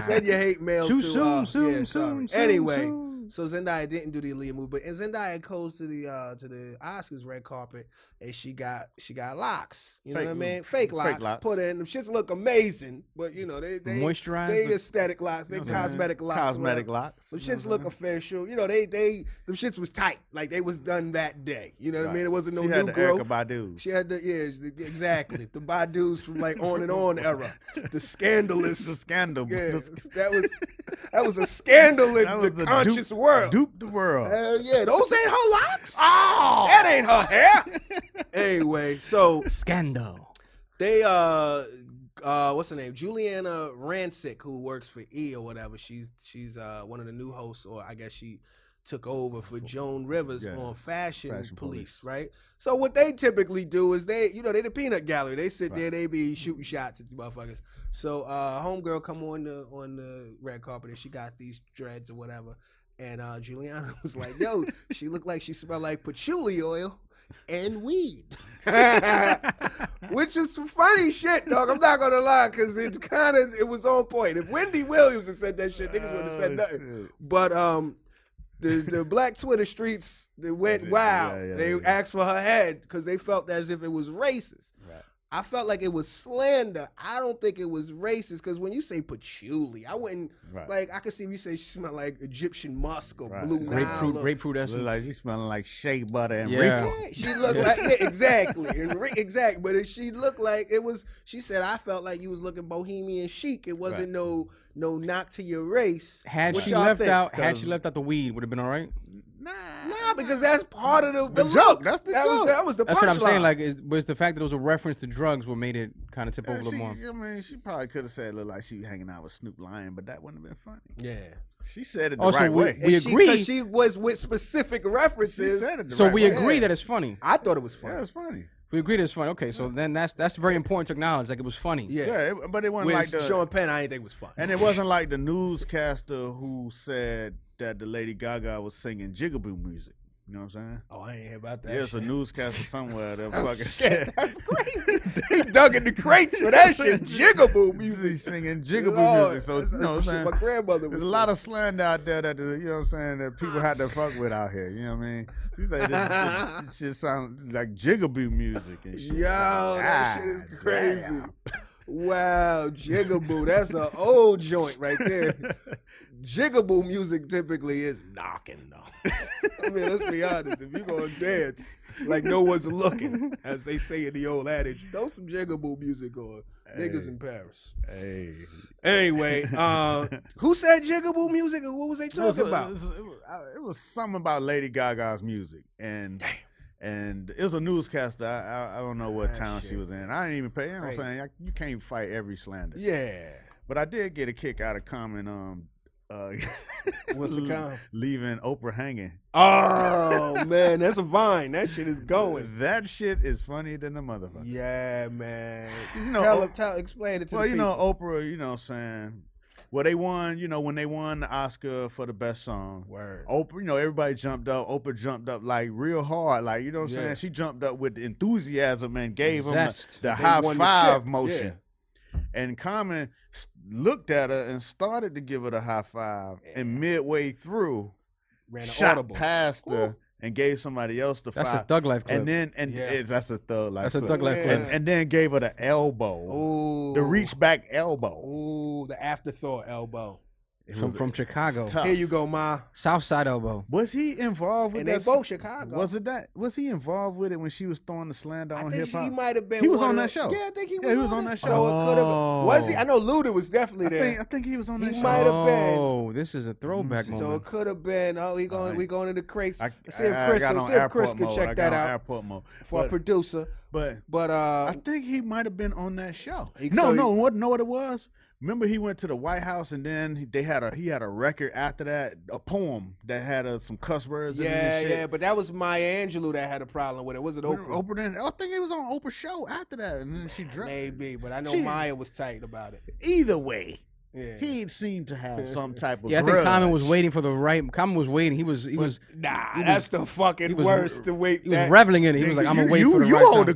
Send your hate mail Too to, soon, uh, soon, yeah, soon, sorry. soon, Anyway, soon. so Zendaya didn't do the Aaliyah move, but and Zendaya goes to the uh, to the Oscars red carpet, and she got she got locks. You Fake know what I lo- mean? Fake fake locks, locks. put in. Them shits look amazing, but you know they they Moisturized, They but- aesthetic locks. They You know what I'm saying? cosmetic locks. Cosmetic whatever. locks. Them you know shits what I'm look official. You know they they them shits was tight. Like they was done that day. You know what I Right. mean? It wasn't no She new had the Erykah growth. Badu's. She had the yeah exactly the Badu's from like on and on era, the scandalous It's a scandal. yeah, It's- that was that was a scandal in That the, was the conscious dupe- world. Dupe the world. Hell yeah, those ain't her locks. Oh, That ain't her hair. anyway, so Scandal. they uh uh what's her name? Juliana Rancic, who works for E or whatever. She's she's uh one of the new hosts, or I guess she took over for Joan Rivers Yeah. on Fashion, Fashion Police, Police. right? So what they typically do is they, you know, they the peanut gallery. They sit there, they be shooting shots at the motherfuckers. So uh homegirl come on the on the red carpet and she got these dreads or whatever. And uh Juliana was like, yo, she looked like she smelled like patchouli oil and weed. Which is some funny shit, dog. I'm not gonna lie, cause it kind of it was on point. If Wendy Williams had said that shit, niggas would have Oh, said nothing. shit. But um, the the black Twitter streets they went Yeah, wild. yeah, yeah, they yeah. asked for her head because they felt as if it was racist. I felt like it was slander. I don't think it was racist because when you say patchouli, I wouldn't Right. like. I could see if you say she smelled like Egyptian musk or Right. blue Grapefruit, Nile or- grapefruit Look essence. like she's smelling like shea butter and Yeah. reefer. yeah, she looked like yeah, exactly, and re- exact. But if she looked like it was, she said, "I felt like you was looking bohemian chic. It wasn't Right. no no knock to your race." had What she y'all left think? out, had 'Cause- she left out the weed, would have been all right. Nah, because that's part of the, the, The look. joke, that's the that Was, joke. that was the That's what I'm saying. punchline. Like, is, was the fact that it was a reference to drugs what made it kind of tip over a Yeah, little she, more. I mean, she probably could have said it looked like she hanging out with Snoop Lion, but that wouldn't have been funny. yeah. She said it the Oh, so right we- way. we- And she, 'cause agree. She was with specific she references. said it the So right we way. agree Yeah. that it's funny. I thought it was Yeah, funny. it's funny. We agree that it's funny. Okay, so then that's that's very important to acknowledge. Like it was funny. Yeah. Yeah, it, but it wasn't With like the Sean Penn, I didn't think was fun. and it wasn't like the newscaster who said that the Lady Gaga was singing jigaboo music. You know what I'm saying? oh, I ain't hear about that. Yeah, it's a shit. Oh, newscaster somewhere that fucking said That's crazy. he dug in the crates for that shit. Jigaboo music music. singing jigaboo Lord, music. So that's- that's you know what I'm some shit saying? My grandmother was There's a lot of slander out there that the, you know what I'm saying that people had to fuck with out here. You know what I mean? She said this, this, this shit sound like jigaboo music and shit. Yo, that shit is God crazy. damn. Wow, jigaboo. That's an old joint right there. Jigaboo music typically is knocking though. I mean, let's be honest. If you're gonna dance like no one's looking, as they say in the old adage, throw some jigaboo music on. Niggas Hey. in Paris. Hey, Anyway, uh, who said jigaboo music and what was they It was- talking It about? was, it was- I- it was something about Lady Gaga's music, and and it was a newscaster. I, I, I don't know what That town she shit was in. I didn't even pay. You know what I'm crazy. saying? I, you can't fight every slander. Yeah. But I did get a kick out of comment. Um, uh, What's the comment? Leaving Oprah hanging. Oh man, that's a vine. That shit is going. That shit is funnier than the motherfucker. Yeah, man. You know, tell Op- him, tell, explain it to well, the you know, Oprah. You know, what I'm saying. Well, they won. You know, when they won the Oscar for the best song. people. Word. Oprah, you know, everybody jumped up. Oprah jumped up like real hard, like you know what I'm Yeah. saying. She jumped up with enthusiasm and gave him the, Zest. the They high won the five chip, motion. And Common s- looked at her and started to give her the high five, and midway through, Ran an shot audible. past her and gave somebody else the That's a five. thug life clip. and then and Yeah. it- that's a thug like That's a thug life and, clip. and then gave her the elbow, Ooh. the reach back elbow Ooh, the afterthought elbow. It from was from Chicago, tough. Here you go, ma. South Side elbow. Was he involved with And they that? both Chicago. Was it that? Was he involved with it when she was throwing the slander I on think hip he hop? might have been. He was one on of that show. the- Yeah, I think he Yeah, was. he was on it. that So show. it could have. Was he? Oh. I know Luda was definitely I there. think I think he was on He that show. might have been. oh, this is a throwback So so moment. it could have been. Oh, he going. Alright. We going into crates. I, see if I- I Chris. got on see if Chris airport can mode. I check got that on out Airport mode. for a but, producer. but But uh, I think he might have been on that show. He- no, so no, he- what? Know what it was? Remember, he went to the White House, and then they had a he had a record after that, a poem that had uh, some cuss words. in it yeah, and shit. yeah. But that was Maya Angelou that had a problem with it. Was it Oprah? Oprah. didn't- I think it was on Oprah's show after that, and then she dropped. Maybe, but I know She- Maya was tight about it. Either way, Yeah. he seemed to have some type of. yeah, I think Common was grudge. waiting for the right. Common was waiting. He was he was nah, he that's was- the fucking he was- worst to wait. he was that- reveling in it. He was like, I'm gonna You- wait you, for the you right hold time. Mm-hmm. a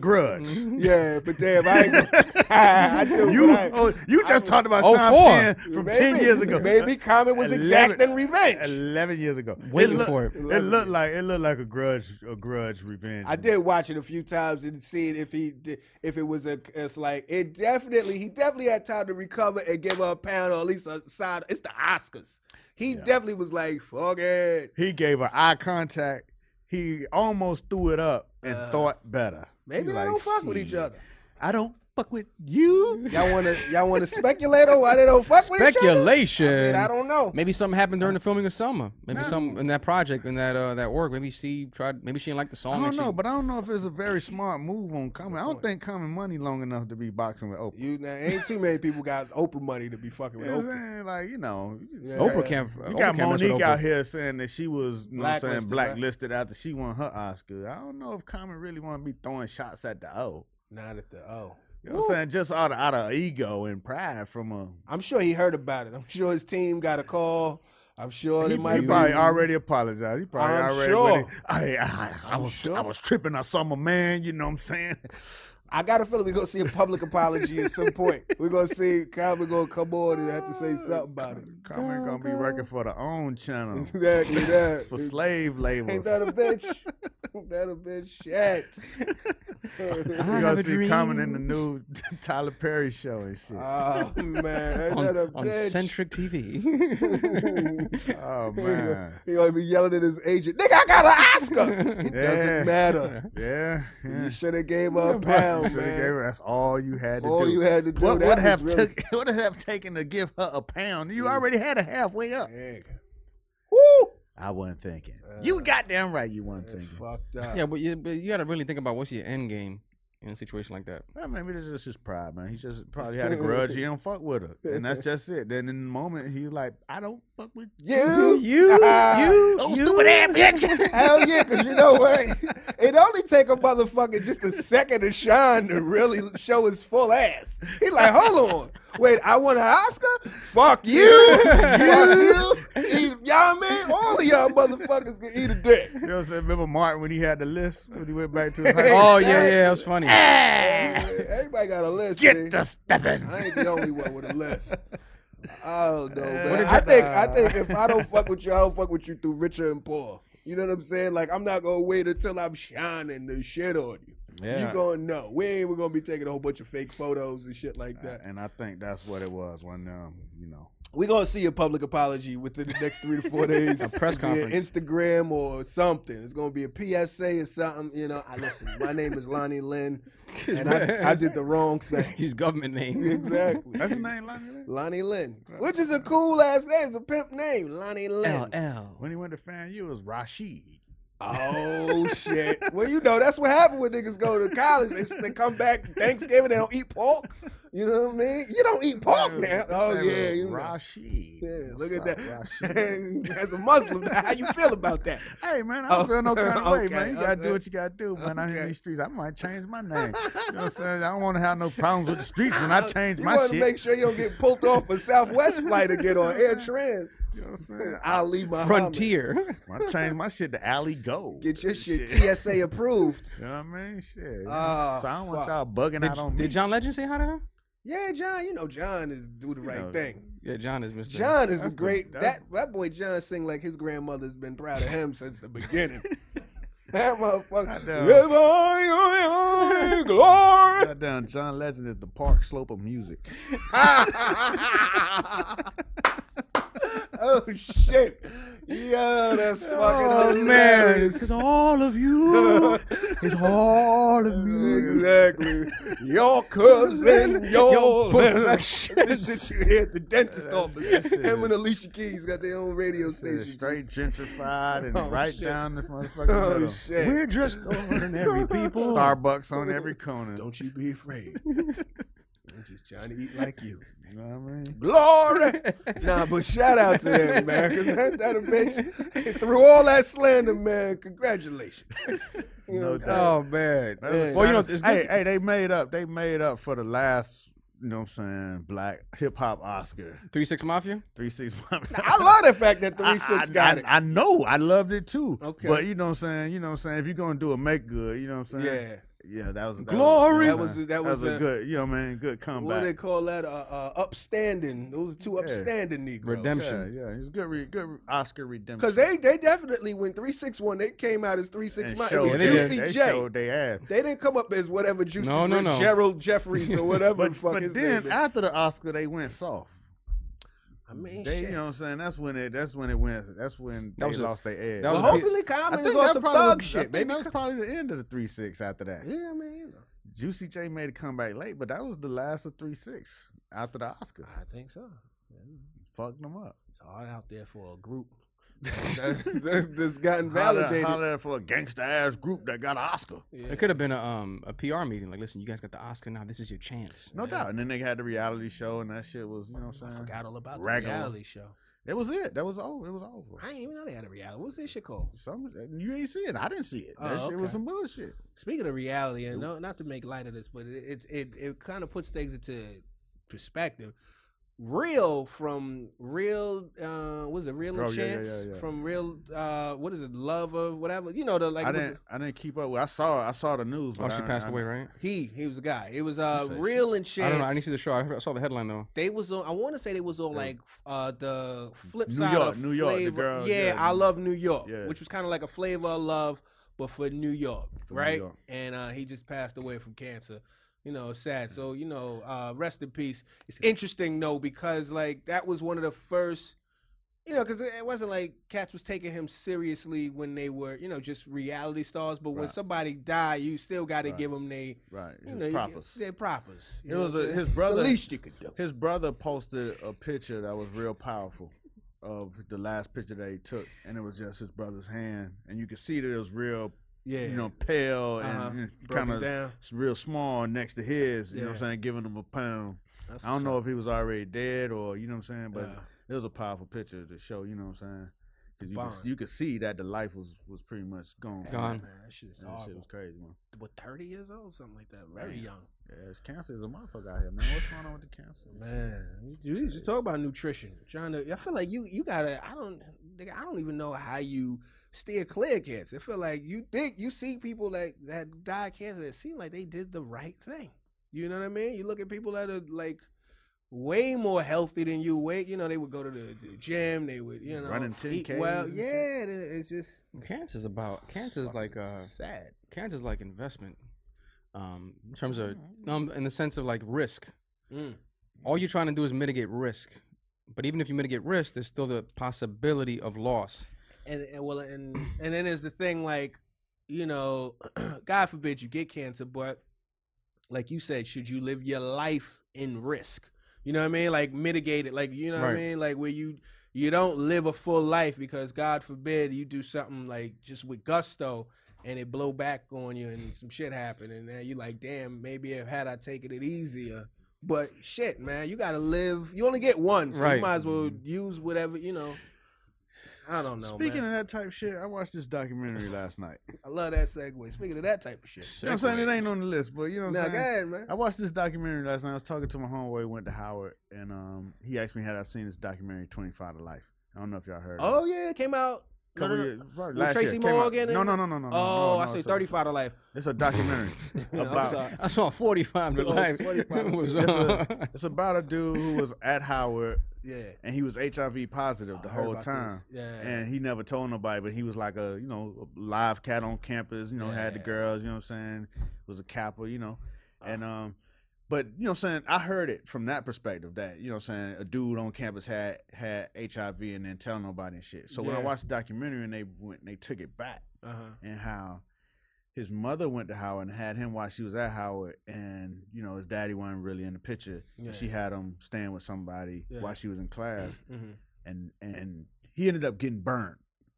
grudge. Yeah, but damn, I, ain't gonna- I do. You, but I- oh, you just talked about Oh, Sean four. Penn from ten maybe- years ago. Maybe Common was Eleven- exacting revenge. Eleven years ago. Waiting it look- for it. It looked like it looked like a grudge, a grudge revenge. I did watch it a few times and see it if he did, if it was a it's like it definitely he definitely had time to recover and give her a pound or at least a side. It's the Oscars. He definitely was like fuck it. He gave her eye contact. He almost threw it up and Uh, thought better. Maybe He they like, don't fuck with each "Shit, other. I don't fuck with you. Y'all wanna y'all wanna speculate on why they don't fuck with each other? Speculation. I, mean, I don't know. Maybe something happened Uh, during the filming of Selma. Maybe some in that project in that uh, that work. Maybe she tried. Maybe she didn't like the I song. don't and she- know, but I don't know if it's a very smart move on Common. I don't think Common money long enough to be boxing with Oprah. You now, ain't too many people got Oprah money to be fucking You with know what Oprah. I'm saying? Like, you know, Yeah. Oprah can't. You Oprah got can't mess with Monique Oprah. out here saying that she was, you know what I'm saying, Blacklisted, right? blacklisted after she won her Oscar. I don't know if Common really want to be throwing shots at the O. Not at the oh. You know what I'm saying? Just out of, out of ego and pride from a. I'm sure he heard about it. I'm sure his team got a call. I'm sure He, they he might probably be. already apologized. He probably I'm already. sure. went in, I, I, I, was, I was tripping. I saw my man. You know what I'm saying? I got a feeling we're gonna see a public apology at some point. We're gonna see Calvin gonna come on and have to say something about it. Common gonna be working for the own channel Exactly that. for slave Ain't labels. that a bitch? Ain't that a bitch? Shit. You I have gonna a see Common in the dream. new Tyler Perry show and shit. Oh man, ain't that a on, on bitch? Centric TV. oh He gonna- man. He gonna be yelling at his agent, nigga, I got an Oscar. It Yeah. doesn't matter. Yeah, yeah. You should have gave her a You pound, shoulda man. gave her- that's all you had to All do. you had to do. what that would was have really- took? What would have taken to give her a pound? You already had a halfway up. Nigga. Woo! I wasn't thinking. you goddamn right. You weren't Uh, That's thinking. fucked up. yeah, but you, but you got to really think about what's your end game. in a situation like that. Well, maybe this is his pride, man. He just probably had a grudge. He don't fuck with her, and that's just it. Then in the moment, he like, I don't fuck with You, you, you, Those you. stupid ass bitch. Hell yeah, because you know what? It only take a motherfucker just a second to shine to really show his full ass. He like, hold on. Wait, I want an Oscar? Fuck you. Fuck you. you y'all man, all of y'all motherfuckers can eat a dick. You know what I'm saying? Remember Martin when he had the list when he went back to his high Oh yeah, yeah, it was funny. Everybody got a list. man. Get the stepping. I ain't the only one with a list. I don't know, Eh, What man. did I you- think I think if I don't fuck with you, I don't fuck with you through Richard and Paul. You know what I'm saying? Like I'm not gonna wait until I'm shining the shit on you. Yeah. You gonna know. We ain't we're gonna be taking a whole bunch of fake photos and shit like that. Uh, And I think that's what it was when um, you know. We're gonna see a public apology within the next three to four days. A press It'll be an conference. Instagram or something. It's gonna be a PSA or something. You know, I listen, my name is Lonnie Lynn and I, I did the wrong thing. His government name. exactly. That's his name, Lonnie. Lynn? Lonnie Lynn, which is a cool ass name. It's a pimp name, Lonnie Lynn. L. When he went to fan you, it was Rashid. Oh shit! Well, you know that's what happened when niggas go to college. They, they come back Thanksgiving, they don't eat pork. You know what I mean? You don't eat pork now. Oh His name yeah, was you know. Rashid. Yeah, look What's at up, Rashid? that. As a Muslim, how you feel about that? Hey man, I don't Oh, feel no kind of way, okay, man. You gotta okay. do what you gotta do, man. Out here Okay. in these streets, I might change my name. You know what I'm saying? I don't want to have no problems with the streets when I change You my want shit. to make sure you don't get pulled off a Southwest flight to get on Air Trans. You know what I'm saying? Ali Muhammad. Frontier. When I change my shit to Alley Gold. Get your and shit TSA approved. You know what I mean? Shit. you know? Ah, so I don't fuck. want y'all bugging out on me. Did John Legend say hi to her? Yeah, John. You know John is do the right know, thing. Yeah, John is Mr. John is a That's the- great that's- that that boy John sing like his grandmother's been proud of him since the beginning. that motherfucker. I know. Give oh, I your glory. Goddamn, John Legend is the Park Slope of music. oh shit. Yo, that's Oh, fucking hilarious. Because all of you is all of Oh, me. Exactly. Your curves and your, Your perfection. perfections. This shit you hear at the dentist That office. shit Him is- and Alicia Keys got their own radio station. Said Straight gentrified and Oh, right shit. down the motherfucking Oh middle. shit. We're just ordinary people. Starbucks on every corner. Don't you be afraid. I'm just trying to eat like you. You know what I mean? Glory. nah, but shout out to them, man. Cause that, that a bitch through all that slander, man. Congratulations. You know, No doubt. Oh man. That was Yeah. Well, you know, kinda- it's good hey, to- hey, they made up. They made up for the last, you know what I'm saying, black hip hop Oscar. Three Six Mafia. Three six. I love the fact that three I- six got I, it. I know. I loved it too. Okay. But you know what I'm saying? You know what I'm saying? If you're going to do a make good, you know what I'm saying? yeah. Yeah. Yeah, that was that Glory. Was, you know what I'm saying? That was- that was a, a- good, you know what I mean? Good What do they comeback. call that? Uh, uh, upstanding. Those are two upstanding Negroes. Redemption. Yeah, yeah. It's good, re, good Oscar redemption. Because they they definitely when three six one they came out as three six And months. showed Yeah, they- they Juicy they J. showed they ass. They didn't come up as whatever Juicy No, no, no. Gerald Jeffries or whatever the But, fuck but his then name is. after the Oscar, they went soft. I mean, They, shit. you know what I'm saying? That's when it. That's when it went. That's when That they was a- lost their edge. that Well, was a big- hopefully, Common is think on that some probably thug was- I shit. think Maybe that was probably the end of the three six after that. Yeah, I mean, you know. Juicy J made a comeback late, but that was the last of three six after the Oscar. I think so. Fucked them up. It's hard out there for a group that's gotten Validated. validated. Holler, holler for a gangster ass group that got an Oscar. Yeah. It could have been a um a PR meeting. Like, listen, you guys got the Oscar now. This is your chance. No doubt. And then they had the reality show, and that shit was, you know what I'm I saying? forgot all about the Regular. reality show. It was it. That was over. It was over. I didn't even know they had a reality. What's this shit called? Some, you ain't see it. I didn't see it. That Oh, shit was okay. some bullshit. Speaking of reality, and no, not to make light of this, but it it it, it kind of puts things into perspective. Real from real, uh, what is it? Real Oh, yeah, and yeah, yeah, chance yeah. from real. Uh, what is it? Love of whatever. You know the like. I was didn't. it- I didn't keep up with. I saw. I saw the news. Oh, but I she didn't- passed I- away, right? He he was a guy. It was uh say real and chance. I don't know. I didn't see the show. I, heard, I saw the headline though. They was on. I want to say they was on like uh the flip New side York, of New York, the Flavor- girl, Yeah, yeah, I New- love New York, yeah. which was kind of like a flavor of love, but for New York, For New right? York. And uh, he just passed away from cancer. You know, sad. So you know, uh, rest in peace. It's interesting though because like that was one of the first. You know, because it wasn't like cats was taking him seriously when they were, you know, just reality stars. But when Right. somebody die, you still got to Right. give them they Right. you His know, propers. Their propers. you It know was what a- I'm saying? his brother- The least you could do. His brother posted a picture that was real powerful of the last picture that he took, and it was just his brother's hand, and you could see that it was real Yeah. you know, pale Uh-huh. and Broken kind of down. real small next to his. You know what I'm Yeah. saying? Giving him a pound. That's I don't what's know up. if he was already dead or you know what I'm saying, but Uh, it was a powerful picture to show. You know what I'm saying? 'Cause you Bond. could, you could see that the life was was pretty much gone. yeah, Gone. Man, that shit is That shit horrible. was crazy, man. What, 30 years old? Something like that. Very Damn. young. Yeah, it's cancer is a motherfucker out here, man. What's going on with the cancer? Man, you you just talk about nutrition. Trying to, I feel like you you gotta. I don't, nigga, I don't even know how you steer clear of cancer. I feel like you think you see people that that die of cancer that seem like they did the right thing. You know what I mean? You look at people that are like way more healthy than you. Way, you know, they would go to the, the gym. They would, you know, Running eat 10Ks Well, and shit. yeah, it- it's just Cancer's about cancer's like fucking uh sad. cancer's like investment. Um, in terms of um, in the sense of like risk. Mm. All you're trying to do is mitigate risk. But even if you mitigate risk, there's still the possibility of loss. and, and well and and then there's the thing like you know god forbid you get cancer but like you said should you live your life in risk you know what i mean like mitigate it like you know what i Right. mean like where you you don't live a full life because god forbid you do something like just with gusto and it blow back on you and some shit happen and then you like damn maybe if had i taken it easier but shit man you gotta live you only get one so you Right. might as well use whatever you know i don't know man. Speaking of that type shit, I watched this documentary last night. You I love that segue. Speaking of that type of shit. know what I'm saying? It ain't on the list, but you know what Now, I'm go saying? ahead, man. I watched this documentary last night. I was talking to my homeboy who went to Howard, and um, he asked me had I seen this documentary, 25 to Life. I don't know if y'all heard Oh, of it. yeah, it came out. No, Couple no, no. years- probably With last Tracy year, came out- Morgan and- No, no, no, no, no. no, Oh, no, I no, say it's a- 35 to life. It's a documentary I'm about sorry. I saw 45 to Oh, life. 25. was, That's uh, it's about a dude who was at Howard Yeah. and he was HIV positive I the heard whole about time. this. Yeah. and he never told nobody, but he was like a you know a live cat on campus. You know, had the Yeah. girls. You know what I'm saying? Was a capper. You know, and um, but you know what I'm saying? I heard it from that perspective that you know what I'm saying a dude on campus had had HIV and then tell nobody and shit. So when I Yeah. watched the documentary and they went and they took it back uh-huh. and how. His mother went to Howard and had him while she was at Howard, and you know his daddy wasn't really in the picture. Yeah. She had him staying with somebody Yeah. while she was in class, Mhm. and and he ended up getting burned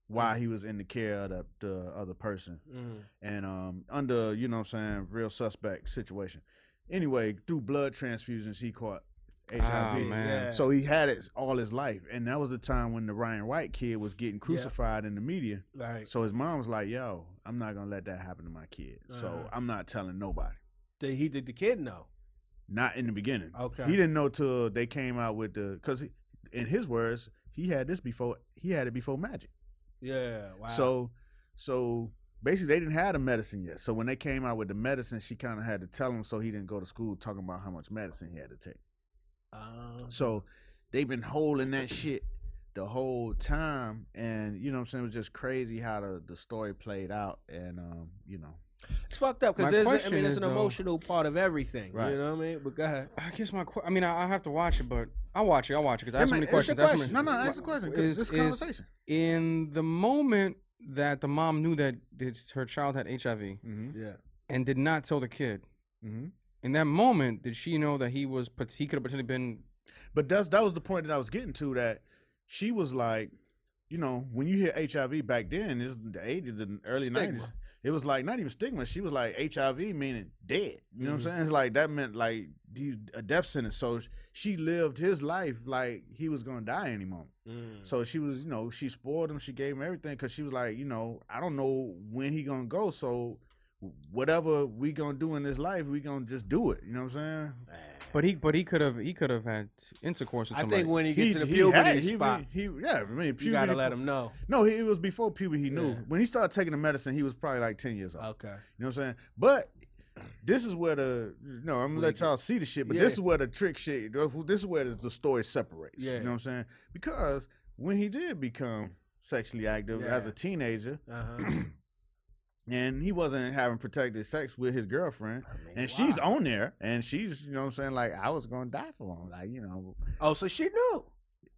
while Mm-hmm. he was in the care of the, the other person Mhm. and um under you know what I'm saying real suspect situation anyway through blood transfusions he caught oh, HIV man. so he had it all his life and that was the time when the Ryan White kid was getting crucified in the media Right. so his mom was like yo I'm not going to let that happen to my kid so Uh-huh. I'm not telling nobody Did he did the kid know? not in the beginning Oh, Okay. he didn't know till they came out with the cuz in his words he had this before he had it before magic yeah. Wow. So, so basically, they didn't have the medicine yet. So when they came out with the medicine, she kind of had to tell him so he didn't go to school talking about how much medicine he had to take. Um, So they've been holding that shit the whole time, and you know what I'm saying? It was just crazy how the, the story played out, and um, you know, it's fucked up My because I question mean it's is, an though- emotional part of everything. Right. You know what I mean? But go ahead. I guess my. Qu- I mean, I, I have to watch it, but I'll watch it. I'll watch it because I have so Hey, many man, ask questions. I your have so question. many- No, no, ask the question. 'cause Is- this is is- conversation. in the moment that the mom knew that that her child had HIV Mm-hmm. Yeah. and did not tell the kid, Mm-hmm. in that moment, did she know that he was? pot- He could have potentially been. But that's that was the point that I was getting to. That she was like, you know, when you hear HIV back then, is the age of the early Stigma. nineties. It was like not even stigma. She was like HIV meaning dead. You know what I'm saying? It's like that meant like you- a death sentence. So she lived his life like he was gonna die any moment. Mm. So she was, you know, she spoiled him. She gave him everything because she was like, you know, I don't know when he gonna go. So whatever we gonna do in this life, we gonna just do it. You know what I'm saying? But he. But he could have. He could have had intercourse with I somebody. think when you get to the had puberty it. He- spot, He, yeah, I mean, puberty. you gotta let him know. No, he, it was before puberty. He knew Yeah. when he started taking the medicine, he was probably like ten years old. Okay. You know what I'm saying? But this is where the no, I'm gonna let y'all see the shit. But this Yeah. is where the trick shit. This is where the story separates. Yeah. You know what I'm saying? Because when he did become sexually active Yeah. as a teenager, Uh huh. and he wasn't having protected sex with his girlfriend, and she's on there, and she's you know what I'm saying like I was gonna die for him, like you know. oh, so she knew.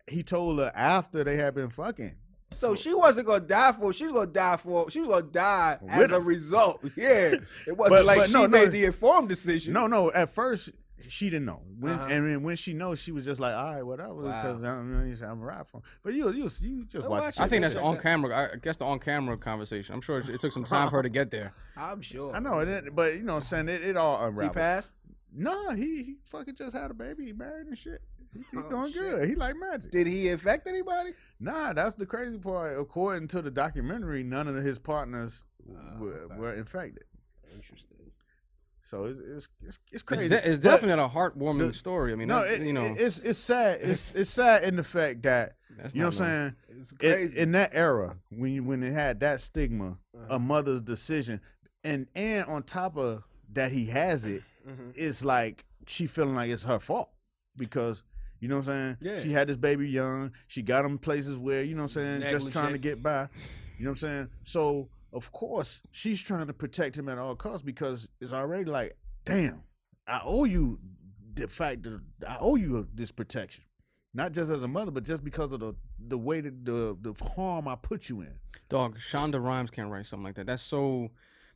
He told her after they had been fucking. So she wasn't gonna die for. it. She was gonna die for. She was gonna die With as a him. result. Yeah, it wasn't But- like but she no, no. made the informed decision. No, no. At first, she didn't know. When, Uh-huh. And then when she knows, she was just like, "All right, whatever." Wow. Because I'm, I'm right for. But you, you, you just I watch. watch the it. I shit. think that's Yeah. on camera. I guess the on camera conversation. I'm sure it, it took some time for her to get there. I'm sure. I know, and it, but you know, what I'm saying it, it all He unraveled. passed. No, he, he fucking just had a baby. He married and shit. He, he Oh, doing shit. good. He like magic. Did he infect anybody? Nah, that's the crazy part. According to the documentary, none of his partners Ah, were, okay. were infected. Interesting. So it's it's it's, it's It's, crazy. de- it's But- definitely a heartwarming the- story. I mean, no. that- It, you know, it's it's sad. It's it's sad in the fact that that's you know not what normal. I'm saying. It's crazy. It, in that era, when you, when it had that stigma, a mother's decision, and and on top of that, he has it. Mm-hmm. It's like she feeling like it's her fault because you know what I'm saying. Yeah. She had this baby young. She got him places where you know what I'm saying, just trying to Negligent. get by. You know what I'm saying. So of course she's trying to protect him at all costs because it's already like, damn, I owe you the fact that I owe you this protection not just as a mother, but just because of the the way that the the harm I put you in. Dog, Shonda Rhimes can't write something like that. That's so.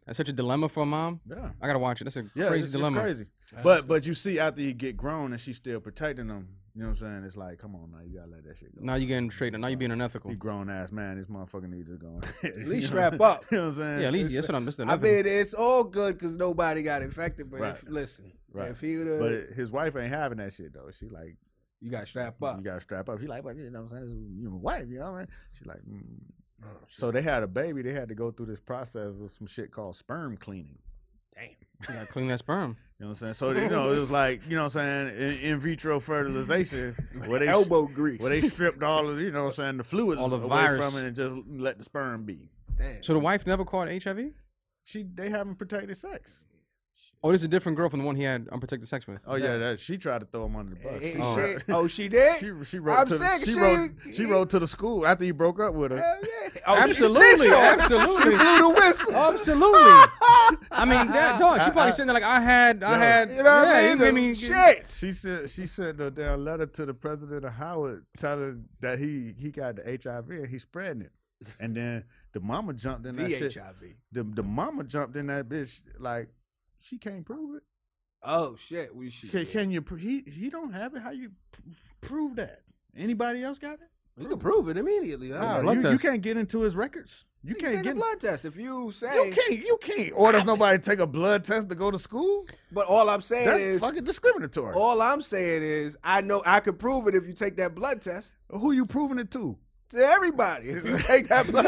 That's such a dilemma for a mom. Yeah, I gotta watch it. That's a yeah, crazy it's, dilemma. It's crazy. But but you see, after you get grown and she's still protecting them, you know what I'm saying? It's like, come on now, you gotta let that shit go. Now you're getting straight. Now you're being unethical. you grown ass man, this motherfucker needs to go. at least strap up. You know what I'm saying? Yeah, at least It's- that's what I'm. That's I unethical. mean, it's all good because nobody got infected. But if, Right. listen, Right. if he would have, But his wife ain't having that shit though. She like, you got to strap up. you gotta strap up. She like, but you know what I'm saying? You're my wife, you know what I mean? She like, mm. Oh, so they had a baby. They had to go through this process of some shit called sperm cleaning. You gotta clean that sperm. You know what I'm saying? So you know, it was like you know what I'm saying, in, in vitro fertilization, where they Elbow grease. where they stripped all of you know what I'm saying, the fluids All the away virus. from it and just let the sperm be. Damn. So the wife never caught HIV. She they haven't protected sex. Oh, this is a different girl from the one he had unprotected sex with. Oh yeah, that she tried to throw him under the Eh, bus. eh, She Oh. tried- shit. oh, she did. She she wrote I'm to the- saying she she- wrote she wrote to the school after he broke up with her. Hell yeah. Oh, she absolutely, snitched on him. absolutely, Blew the whistle. absolutely. I mean, that dog. She I- I- probably sitting there like I had, I Yeah. had. you know what yeah, I you mean? made me- Shit. She said she sent a damn letter to the president of Howard telling that he he got the HIV and he's spreading it. And then the mama jumped in that shit. VHIV. the the mama jumped in that bitch like she can't prove it. Oh shit. We should. Can, can you? pr- He he don't have it. How you pr- prove that? Anybody else got it? You can prove it immediately. though. Nah, blood you, you test. can't get into his records. You You can't take get. a blood test if you say. you can't. You can't order nobody to take a blood test to go to school. But all I'm saying That's is, fucking discriminatory. all I'm saying is, I know I could prove it if you take that blood test Who you proving it to? to everybody. If you take that blood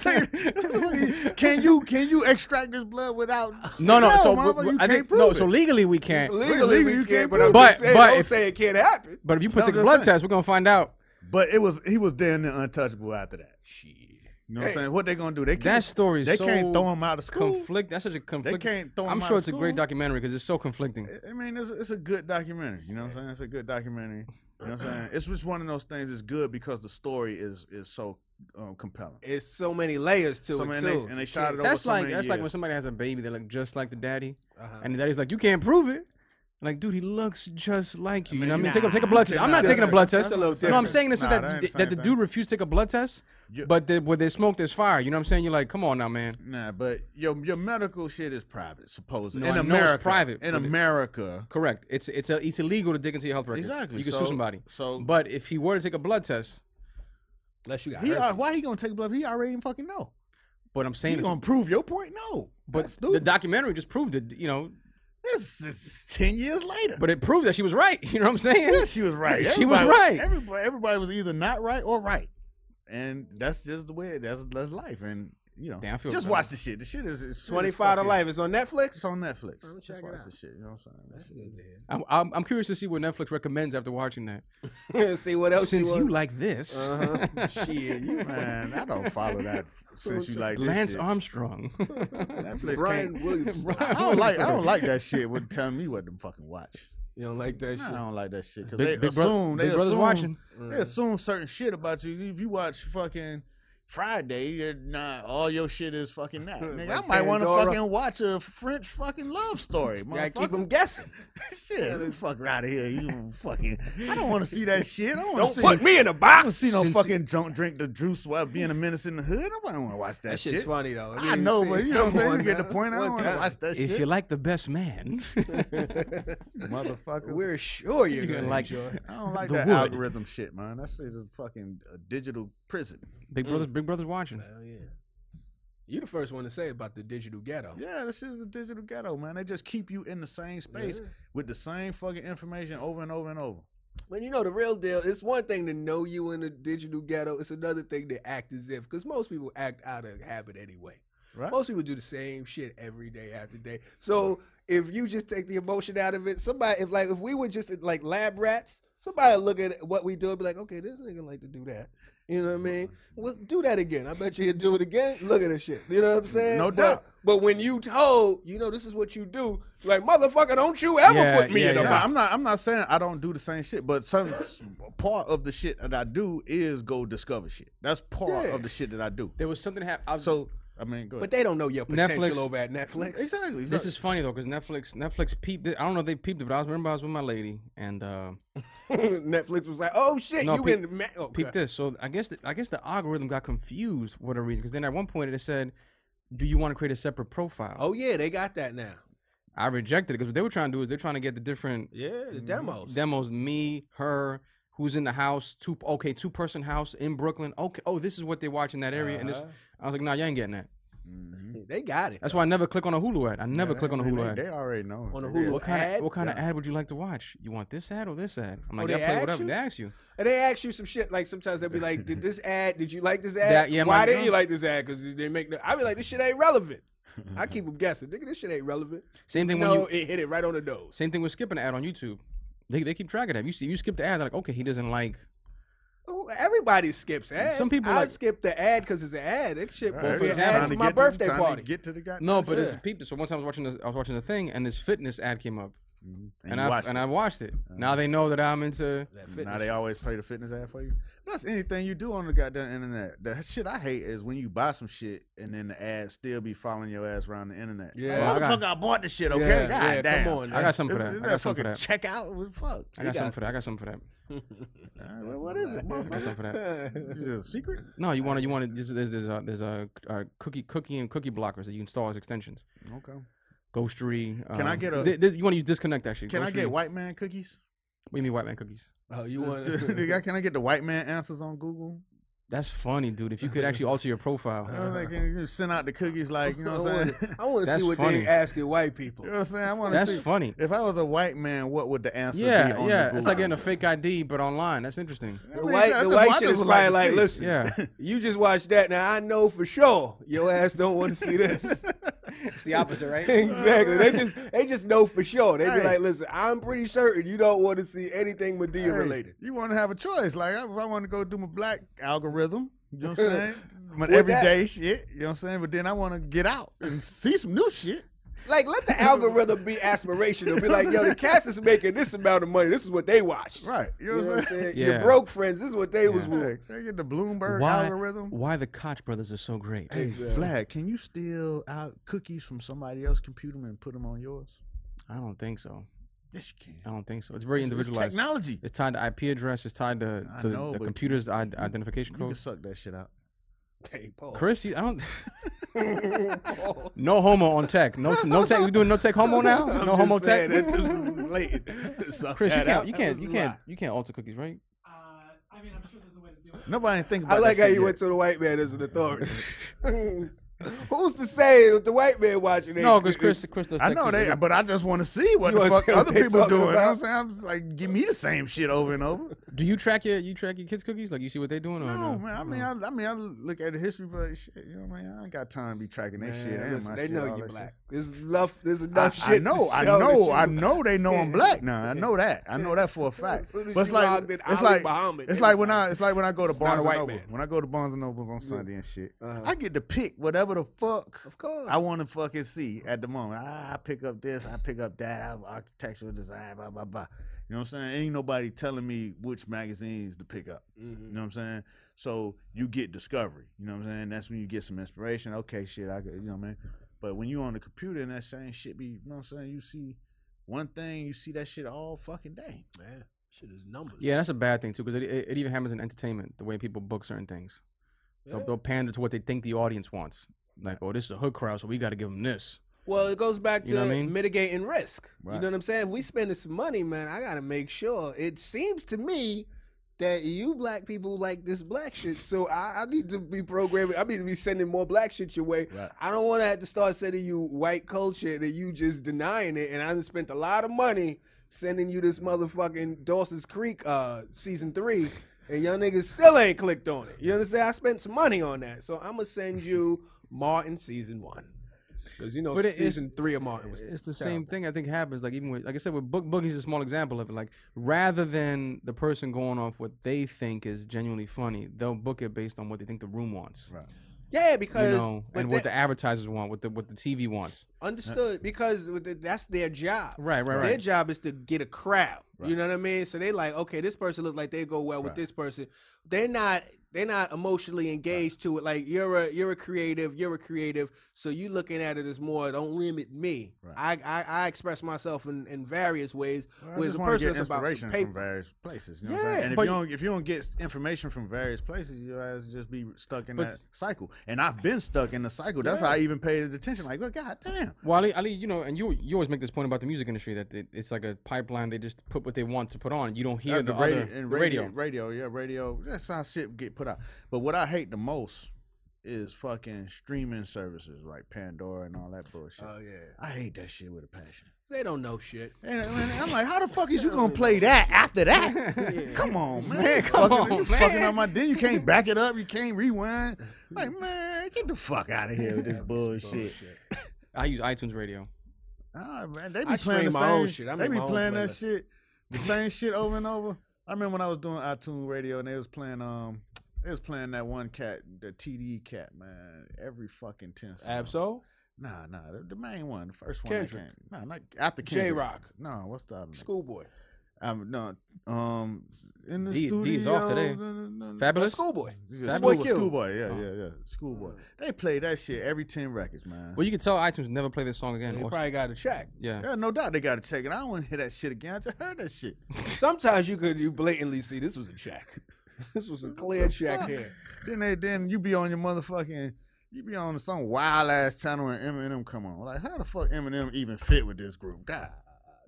test, can you can you extract this blood without? No, no. so mama, we- you I can't think prove no. it. So legally we can't. legally Legally, we you can't. can't but I'm prove it. just saying, But don't if- say it can't happen. But if you No, partake a just blood saying. test, we're gonna find out. But it was he was damn near untouchable after that. You know what I'm Hey. saying? What they gonna do? They can't, That story is They so can't throw him out of school. Conflict. That's such a conflict. can't throw I'm him out sure of it's a great school. documentary because it's so conflicting. I- I mean, it's, it's a good documentary. You know what I'm saying? It's a good documentary. You know what I'm saying? It's just one of those things that's good because the story is is so um, compelling. It's so many layers to So, it man, too. they- and they shot it over That's so like many that's like years. when somebody has a baby that look just like the daddy, Uh-huh. and the daddy's like, "You can't prove it." Like, dude, he looks just like you. You know what I mean? Take a nah, take a blood test. nah, I'm not that's taking a blood different. test. That's a No, little I'm different. saying this is Nah, that that ain't that, the the same dude thing. refused to take a blood test, You- but the, where there's smoke, there's fire. You know what I'm saying? You're like, come on now, man. Nah, but your your medical shit is private, supposedly. No, in I know it's America, private, In but it- America, Correct. It's it's a, it's illegal to dig into your health records. Exactly. You can So- sue somebody. so- but if he were to take a blood test, Unless you got he al- why he gonna take blood? He already fucking know. but I'm He saying, gonna it's, prove your point? No, but That's the stupid. documentary just proved it. You know, this is ten years later. but it proved that she was right. You know what I'm saying? Yeah, she was right. She was right. Everybody, everybody was either not right or right, and that's just the way. It, that's that's life, and you know, Damn, I feel just bad. watch the shit. The shit is, is shit is twenty five to fucking- life. It's on Netflix. It's on Netflix. I'ma Just check it watch the out. shit. You know what I'm saying? That shit is- I'm, I'm, I'm curious to see what Netflix recommends after watching that. See what else Since you, you want. like this, Uh-huh. Shit, you Man, I don't follow that since you like this Lance shit. Armstrong. Netflix Brian can't- Williams. Brian I don't like. I don't Armstrong. like that shit. Would tell me what to fucking watch. You don't like that Nah, I shit. don't like that shit because Big- they Big Bro- assume they Big Brother's assume watching. they assume certain shit about you. If you watch fucking Friday, you're not all your shit is fucking that. Nigga, Like I might want to Pandora. fucking watch a French fucking love story. Gotta keep motherfucker. them guessing. Shit, get the fuck out of here. You fucking. I don't want to see that shit. I don't want Don't to see. put me in a I don't box. see no Since- fucking don't drink the juice while being a menace in the hood. I don't want to watch that, That shit. shit's funny though. I, know, but you know what I'm saying. You get the point. I don't want to out. watch that If shit. you like the best man, Motherfuckers. We're sure you're You're gonna like like- enjoy. it. I don't like the that wood. algorithm shit, man. That's shit is fucking a digital prison. Big Brother's Big Brother's watching. Hell Mm. yeah. You the first one to say about the digital ghetto. Yeah, this is a digital ghetto, man. They just keep you in the same space Yeah. with the same fucking information over and over and over. But you know the real deal. It's one thing to know you in the digital ghetto. It's another thing to act as if, because most people act out of habit anyway. Right. Most people do the same shit every day after day. So if you just take the emotion out of it, somebody if like if we were just like lab rats, somebody would look at what we do and be like, okay, this nigga like to do that. You know what I mean? Well, do that again. I bet you he'll do it again. Look at this shit. You know what I'm saying? No But- doubt. But when you told, you know, this is what you do. Like motherfucker, don't you ever Yeah, put me in a yeah. Nah, box. I'm not. I'm not saying I don't do the same shit, but some part of the shit that I do is go discover shit. That's part Yeah. of the shit that I do. There was something happened. So I mean, go But ahead. they don't know your potential Netflix- over at Netflix. exactly. This exactly. is funny though, because Netflix Netflix peeped it. I don't know if they peeped it, but I was, remember I was with my lady and uh, Netflix was like, "Oh shit, No, you peep- in the ma- oh, peeped okay. this. So I guess the, I guess the algorithm got confused for the reason, because then at one point it said, "Do you want to create a separate profile?" Oh yeah, they got that now. I rejected it because what they were trying to do is they're trying to get the different Yeah, Mm-hmm. the demos. demos. Me, her, who's in the house. Two okay, two person house in Brooklyn. Okay, oh this is what they watch in that area. And this, Uh-huh. I was like, nah, you ain't getting that. they got it. That's why I never click on a Hulu ad. I never click on a Hulu ad. Mm-hmm. They, they already know. On They a did. Hulu what kind ad? of what kind of Yeah. ad would you like to watch? You want this ad or this ad? I'm Oh, like, they yeah, play ask whatever. you? They ask you. And they ask you some shit. Like sometimes they'll be like, "Did this ad? Did you like this ad? That- yeah, Why my- did not you like this ad? Because they make. No, I be like, this shit ain't relevant. I keep them guessing. Nigga, this shit ain't relevant. Mm-hmm. Same thing when No, you it hit it right on the nose. same thing with skipping an ad on YouTube. They, they keep track of that. You see, you skip the ad, they're like, okay, he doesn't like. Oh, Everybody skips ads. Some people I like- skip the ad because it's an ad. That shit Right. was an for example- ad Trying for to my get to- birthday trying to party. get to the goddamn No, but shit. it's people. So one time I was watching this, I was watching the thing, and this fitness ad came up, Mhm. and, you I watched and it. Uh-huh. I watched it. Now they know that I'm into. That Now fitness they always play the fitness ad for you. That's anything you do on the goddamn internet. The shit I hate is when you buy some shit and then the ad still be following your ass around the internet. Yeah. Like, I got- motherfucker, I bought this shit. shit. Okay, yeah, God yeah, damn. come on. I got something for Is- that. is I got something fucking for that. check out. What the fuck? I got- got something for that. I got something for that. All right, well, what is it? I got motherfucker? something for that. Is it a secret? No, you want to you want to there's there's a there's a, a cookie cookie and cookie blockers that you install as extensions. Okay. Ghostery. Um, I get a- thi- thi- you want to use disconnect actually? Can I Ghostery. get white man cookies? What do you mean white man cookies? Oh, you want Nigga, Can I get the white man answers on Google? That's funny, dude. If you could actually alter your profile. I was like, can you send out the cookies like, you know what I'm saying? I want to That's see what funny. they asking white You people. know what I'm saying? I want to That's see. funny. If I was a white man, what would the answer be Yeah, on yeah. the Google? It's like getting a fake ID, but online. That's interesting. I The mean, white, the that's just what white I shit just is would like probably like, to see. listen, Yeah. you just watched that. Now I know for sure your ass don't want to see this. It's the opposite, right? exactly. They just they just know for sure. They be Hey. like, listen, I'm pretty certain you don't want to see anything Medea Hey, related. You want to have a choice. Like, if I want to go do my black algorithm, you know what I'm saying? My With everyday shit, you know what I'm saying? But then I want to get out and see some new shit. Like, let the algorithm be aspirational. Be like, yo, the cats is making this amount of money. This is what they watched. Right. You You know know what I'm saying? saying? Yeah. Your broke friends, this is what they was with. Hey, can I get the Bloomberg Why? algorithm? Why the Koch brothers are so great? Hey, Vlad, can you steal out cookies from somebody else's computer and put them on yours? I don't think so. Yes, you can. I don't think so. It's very It's- it's individualized. It's, technology. tied to IP address. It's tied to, I to know, the but computer's Id- identification You can code. suck that shit out. Hey, Paul. Chris, you, I don't. Paul. no homo on tech. No, t- no tech. You doing no tech homo now? I'm No just homo saying, tech. That just was blatant. Suck Chris, you that out. can't, you That can't, was you a can't, lie. you can't alter cookies, right? Uh, I mean, I'm sure there's a way to do it. Nobody think about I like that how shit you yet. went to the white man as an authority. Who's to say that the white man watching? No, because Chris, Chris does. I tech know too. they, but I just want to see what You the wanna fuck see what other they people talking doing. You know what I'm about? saying, I'm just like, give me the same shit over and over. Do you track your, you track your kids' cookies? Like you see what they're doing? Or No, Oh, no? man. I mean, I, I mean, I look at the history, but like, shit, you know, what I mean, I ain't got time to be tracking that shit. and my listen, they shit, all know you that black. shit. There's enough. There's I, enough I shit. to know, I show that know, you- I know they know I'm Yeah. black now. I know that. I know that for a As fact. soon as But it's you like, logged in, it's Ali like, Muhammad, it's it like was when like, I, it's like when I go to it's not a Barnes and white Noble. man. When I go to Barnes and Nobles on Sunday and shit, Uh-huh. I get to pick whatever the fuck Of course. I want to fucking see at the moment. I, I pick up this, I pick up that, I'm architectural design, blah Mm-hmm. blah blah. You know what I'm saying? Ain't nobody telling me which magazines to pick up. You know what I'm saying? So you get discovery. You know what I'm saying? That's when you get some inspiration. Okay, shit, I could, you know, what I mean. But when you on the computer and that same shit be, you know what I'm saying? You see one thing, you see that shit all fucking day. Man, shit is numbers. Yeah, that's a bad thing too, because it, it, it even happens in entertainment. The way people book certain things, they'll, they'll pander to what they think the audience wants. Like, oh, this is a hood crowd, so we got to give them this. Well, it goes back to You know what I mean? mitigating risk. You Right. know what I'm saying? We spending some money, man. I gotta make sure. It seems to me that you black people like this black shit, so I, I need to be programming. I need to be sending more black shit your way. Right. I don't want to have to start sending you white culture that you just denying it, and I done spent a lot of money sending you this motherfucking Dawson's Creek uh, season three. And y'all niggas still ain't clicked on it. You understand? I spent some money on that, so I'm gonna send you Martin season one. Because you know But it is- season three of Martin was It's the same thing I think happens. Like even with, like I said, with Book Boogie's a small example of it. Like rather than the person going off what they think is genuinely funny, they'll book it based on what they think the room wants. Right. Yeah, You because know, but and what that- the advertisers want, what the what the TV wants. understood because with the- that's their job. Right, right, Their right. job is to get a crowd. You Right. know what I mean? So they like, okay, this person looks like they go well with Right. this person. They're not they're not emotionally engaged to it. Like you're a you're a creative, you're a creative. So you looking at it as more, don't limit me. Right. I, I I express myself in, in various ways. Well, I whereas just a wanna person get that's about some inspiration paper. from various places. You know what I'm Yeah, saying? And if but- you don't, if you don't get information from various places, you guys just be stuck in But- that cycle. And I've been stuck in the cycle. That's how I even paid attention. Like, well, god damn. Well, Ali, Ali, you know, and you you always make this point about the music industry that it, it's like a pipeline. They just put what they want to put on. You don't hear Uh, the, radi- other and the radio, radio. radio, yeah, radio. That's how shit get put out. But what I hate the most is fucking streaming services like Pandora and all that bullshit. Oh yeah. I hate that shit with a passion. They don't know shit. And, and I'm like, how the fuck is you gonna play that after that? Come on, man. Man, come fucking, on, you man. fucking up my then you can't back it up, you can't rewind. Like, man, get the fuck out of here with this bullshit. I use iTunes Radio. Nah, man, they be I playing the stream my own same shit. I they make be my own playing that playlist. shit, the same shit over and over. I remember when I was doing iTunes radio and they was playing um, they was playing that one cat, the TDE cat, man. Every fucking ten seconds. Absol? Nah, nah, the, the main one, the first one. that Kendrick. came. Nah, not after Kendrick. J Rock. No, what's the other name? Schoolboy. Um, no, um, in the D- studio. D's off today. no, no, no, no. Fabulous. Schoolboy. Yeah, Schoolboy Schoolboy, Q. Schoolboy, yeah, Oh. yeah, yeah, Schoolboy. They play that shit every ten records, man. Well, you can tell iTunes never play this song again. They Or- probably got a check. yeah. yeah, no doubt they got to check it. I don't want to hear that shit again. I just heard that shit. Sometimes you could you blatantly see this was a check. This was a clear check fuck? here. Then they then you be on your motherfucking you be on some wild ass channel and Eminem come on. Like how the fuck Eminem even fit with this group? God.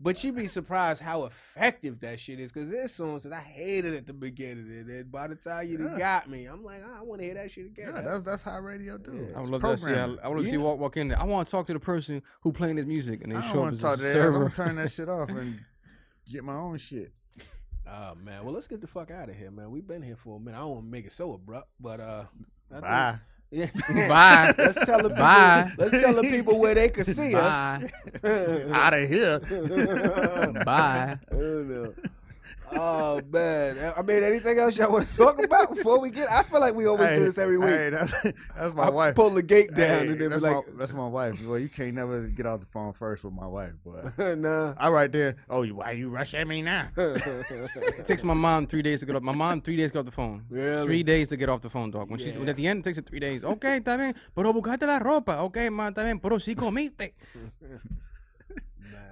But you'd be surprised how effective that shit is. Cause there's songs that I hated at the beginning, and then by the time you done Yeah. got me, I'm like, "Ah, I want to hear that shit again. Yeah, that's that's how radio do. I would love to see. I, I would love to see walk walk in there. I want to talk to the person who playing this music, and they I don't show up want as to talk a to that. I'm server. gonna turn that shit off and get my own shit. oh man, well let's get the fuck out of here, man. We've been here for a minute. I don't want to make it so abrupt, but uh, I Bye. Think, yeah. Bye. Let's tell the people. Bye. Let's tell the people where they can see Bye. us. Out of here. Bye. I don't know. Oh man! I mean, anything else y'all want to talk about before we get? I feel like we always Hey, do this every week. hey, that's, that's my I wife. pull the gate Hey, down and then be that's, like, my, that's my wife. Well, you can't never get off the phone first with my wife, but "Nah." I right there. Oh, you- why you rushing me now? It takes my mom three days to get off. My mom three days to get off the phone. Really? Three days to get off the phone, dog. When she's Yeah. at the end, it takes her three days. Okay, está bien. Pero buscate la ropa. Okay, ma, está bien. Pero si comiste.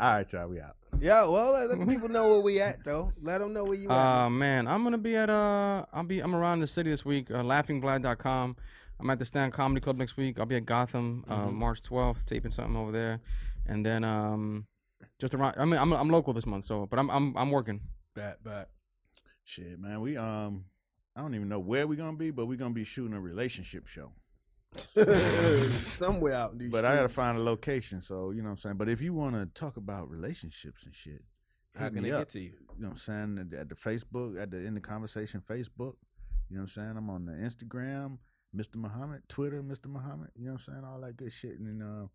All right, y'all, we out. yeah, well, let, let the people know where we at though. Let them know where you at. Uh, man, I'm gonna be at uh, I'll be I'm around the city this week. Uh, laughingblad.com. I'm at the Stand Comedy Club next week. I'll be at Gotham uh, Mm-hmm. March 12th, taping something over there, and then um, just around. I mean, I'm I'm local this month, so but I'm I'm I'm working. Bat, bat. Shit, man. We um, I don't even know where we're gonna be, but we're gonna be shooting a relationship show. Somewhere out in these But I gotta streets. find a location, so you know what I'm saying. But if you wanna talk about relationships and shit, How hit can me they up. get to you? You know what I'm saying? At the, at the Facebook, at the in the conversation Facebook. You know what I'm saying? I'm on the Instagram, Mr. Muhammad, Twitter, Mr. Muhammad. You know what I'm saying? All that good shit. And uh,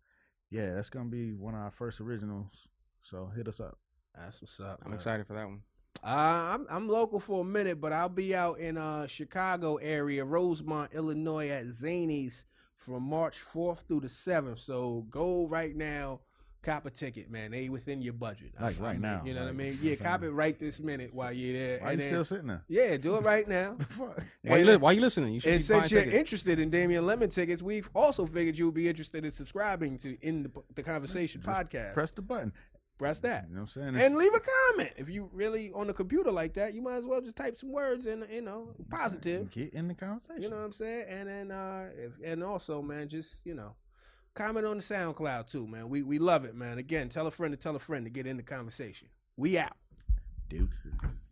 yeah, that's gonna be one of our first originals. So hit us up. That's what's up. I'm man. excited for that one. Uh, I'm I'm local for a minute, but I'll be out in uh Chicago area, Rosemont, Illinois, at Zany's from March 4th through the 7th. So go right now Cop a ticket, man. They within your budget. I Like, feel right now, You know what I like, mean? Yeah, okay. cop it right this minute while you're there. Why and you then- still sitting there? Yeah, do it right now. Fuck. Why you, And- li- why you listening? You should And be buying since you're tickets. interested in Damian Lemon tickets, we've also figured you would be interested in subscribing to In the, the Conversation podcast. Press the button. press that. You know what I'm saying? It's- And leave a comment. If you really on the computer like that, you might as well just type some words and you know, positive. Get in the conversation. You know what I'm saying? And then uh if, and also, man, just, you know, comment on the SoundCloud too, man. We we love it, man. Again, tell a friend to tell a friend to get in the conversation. We out. Deuces.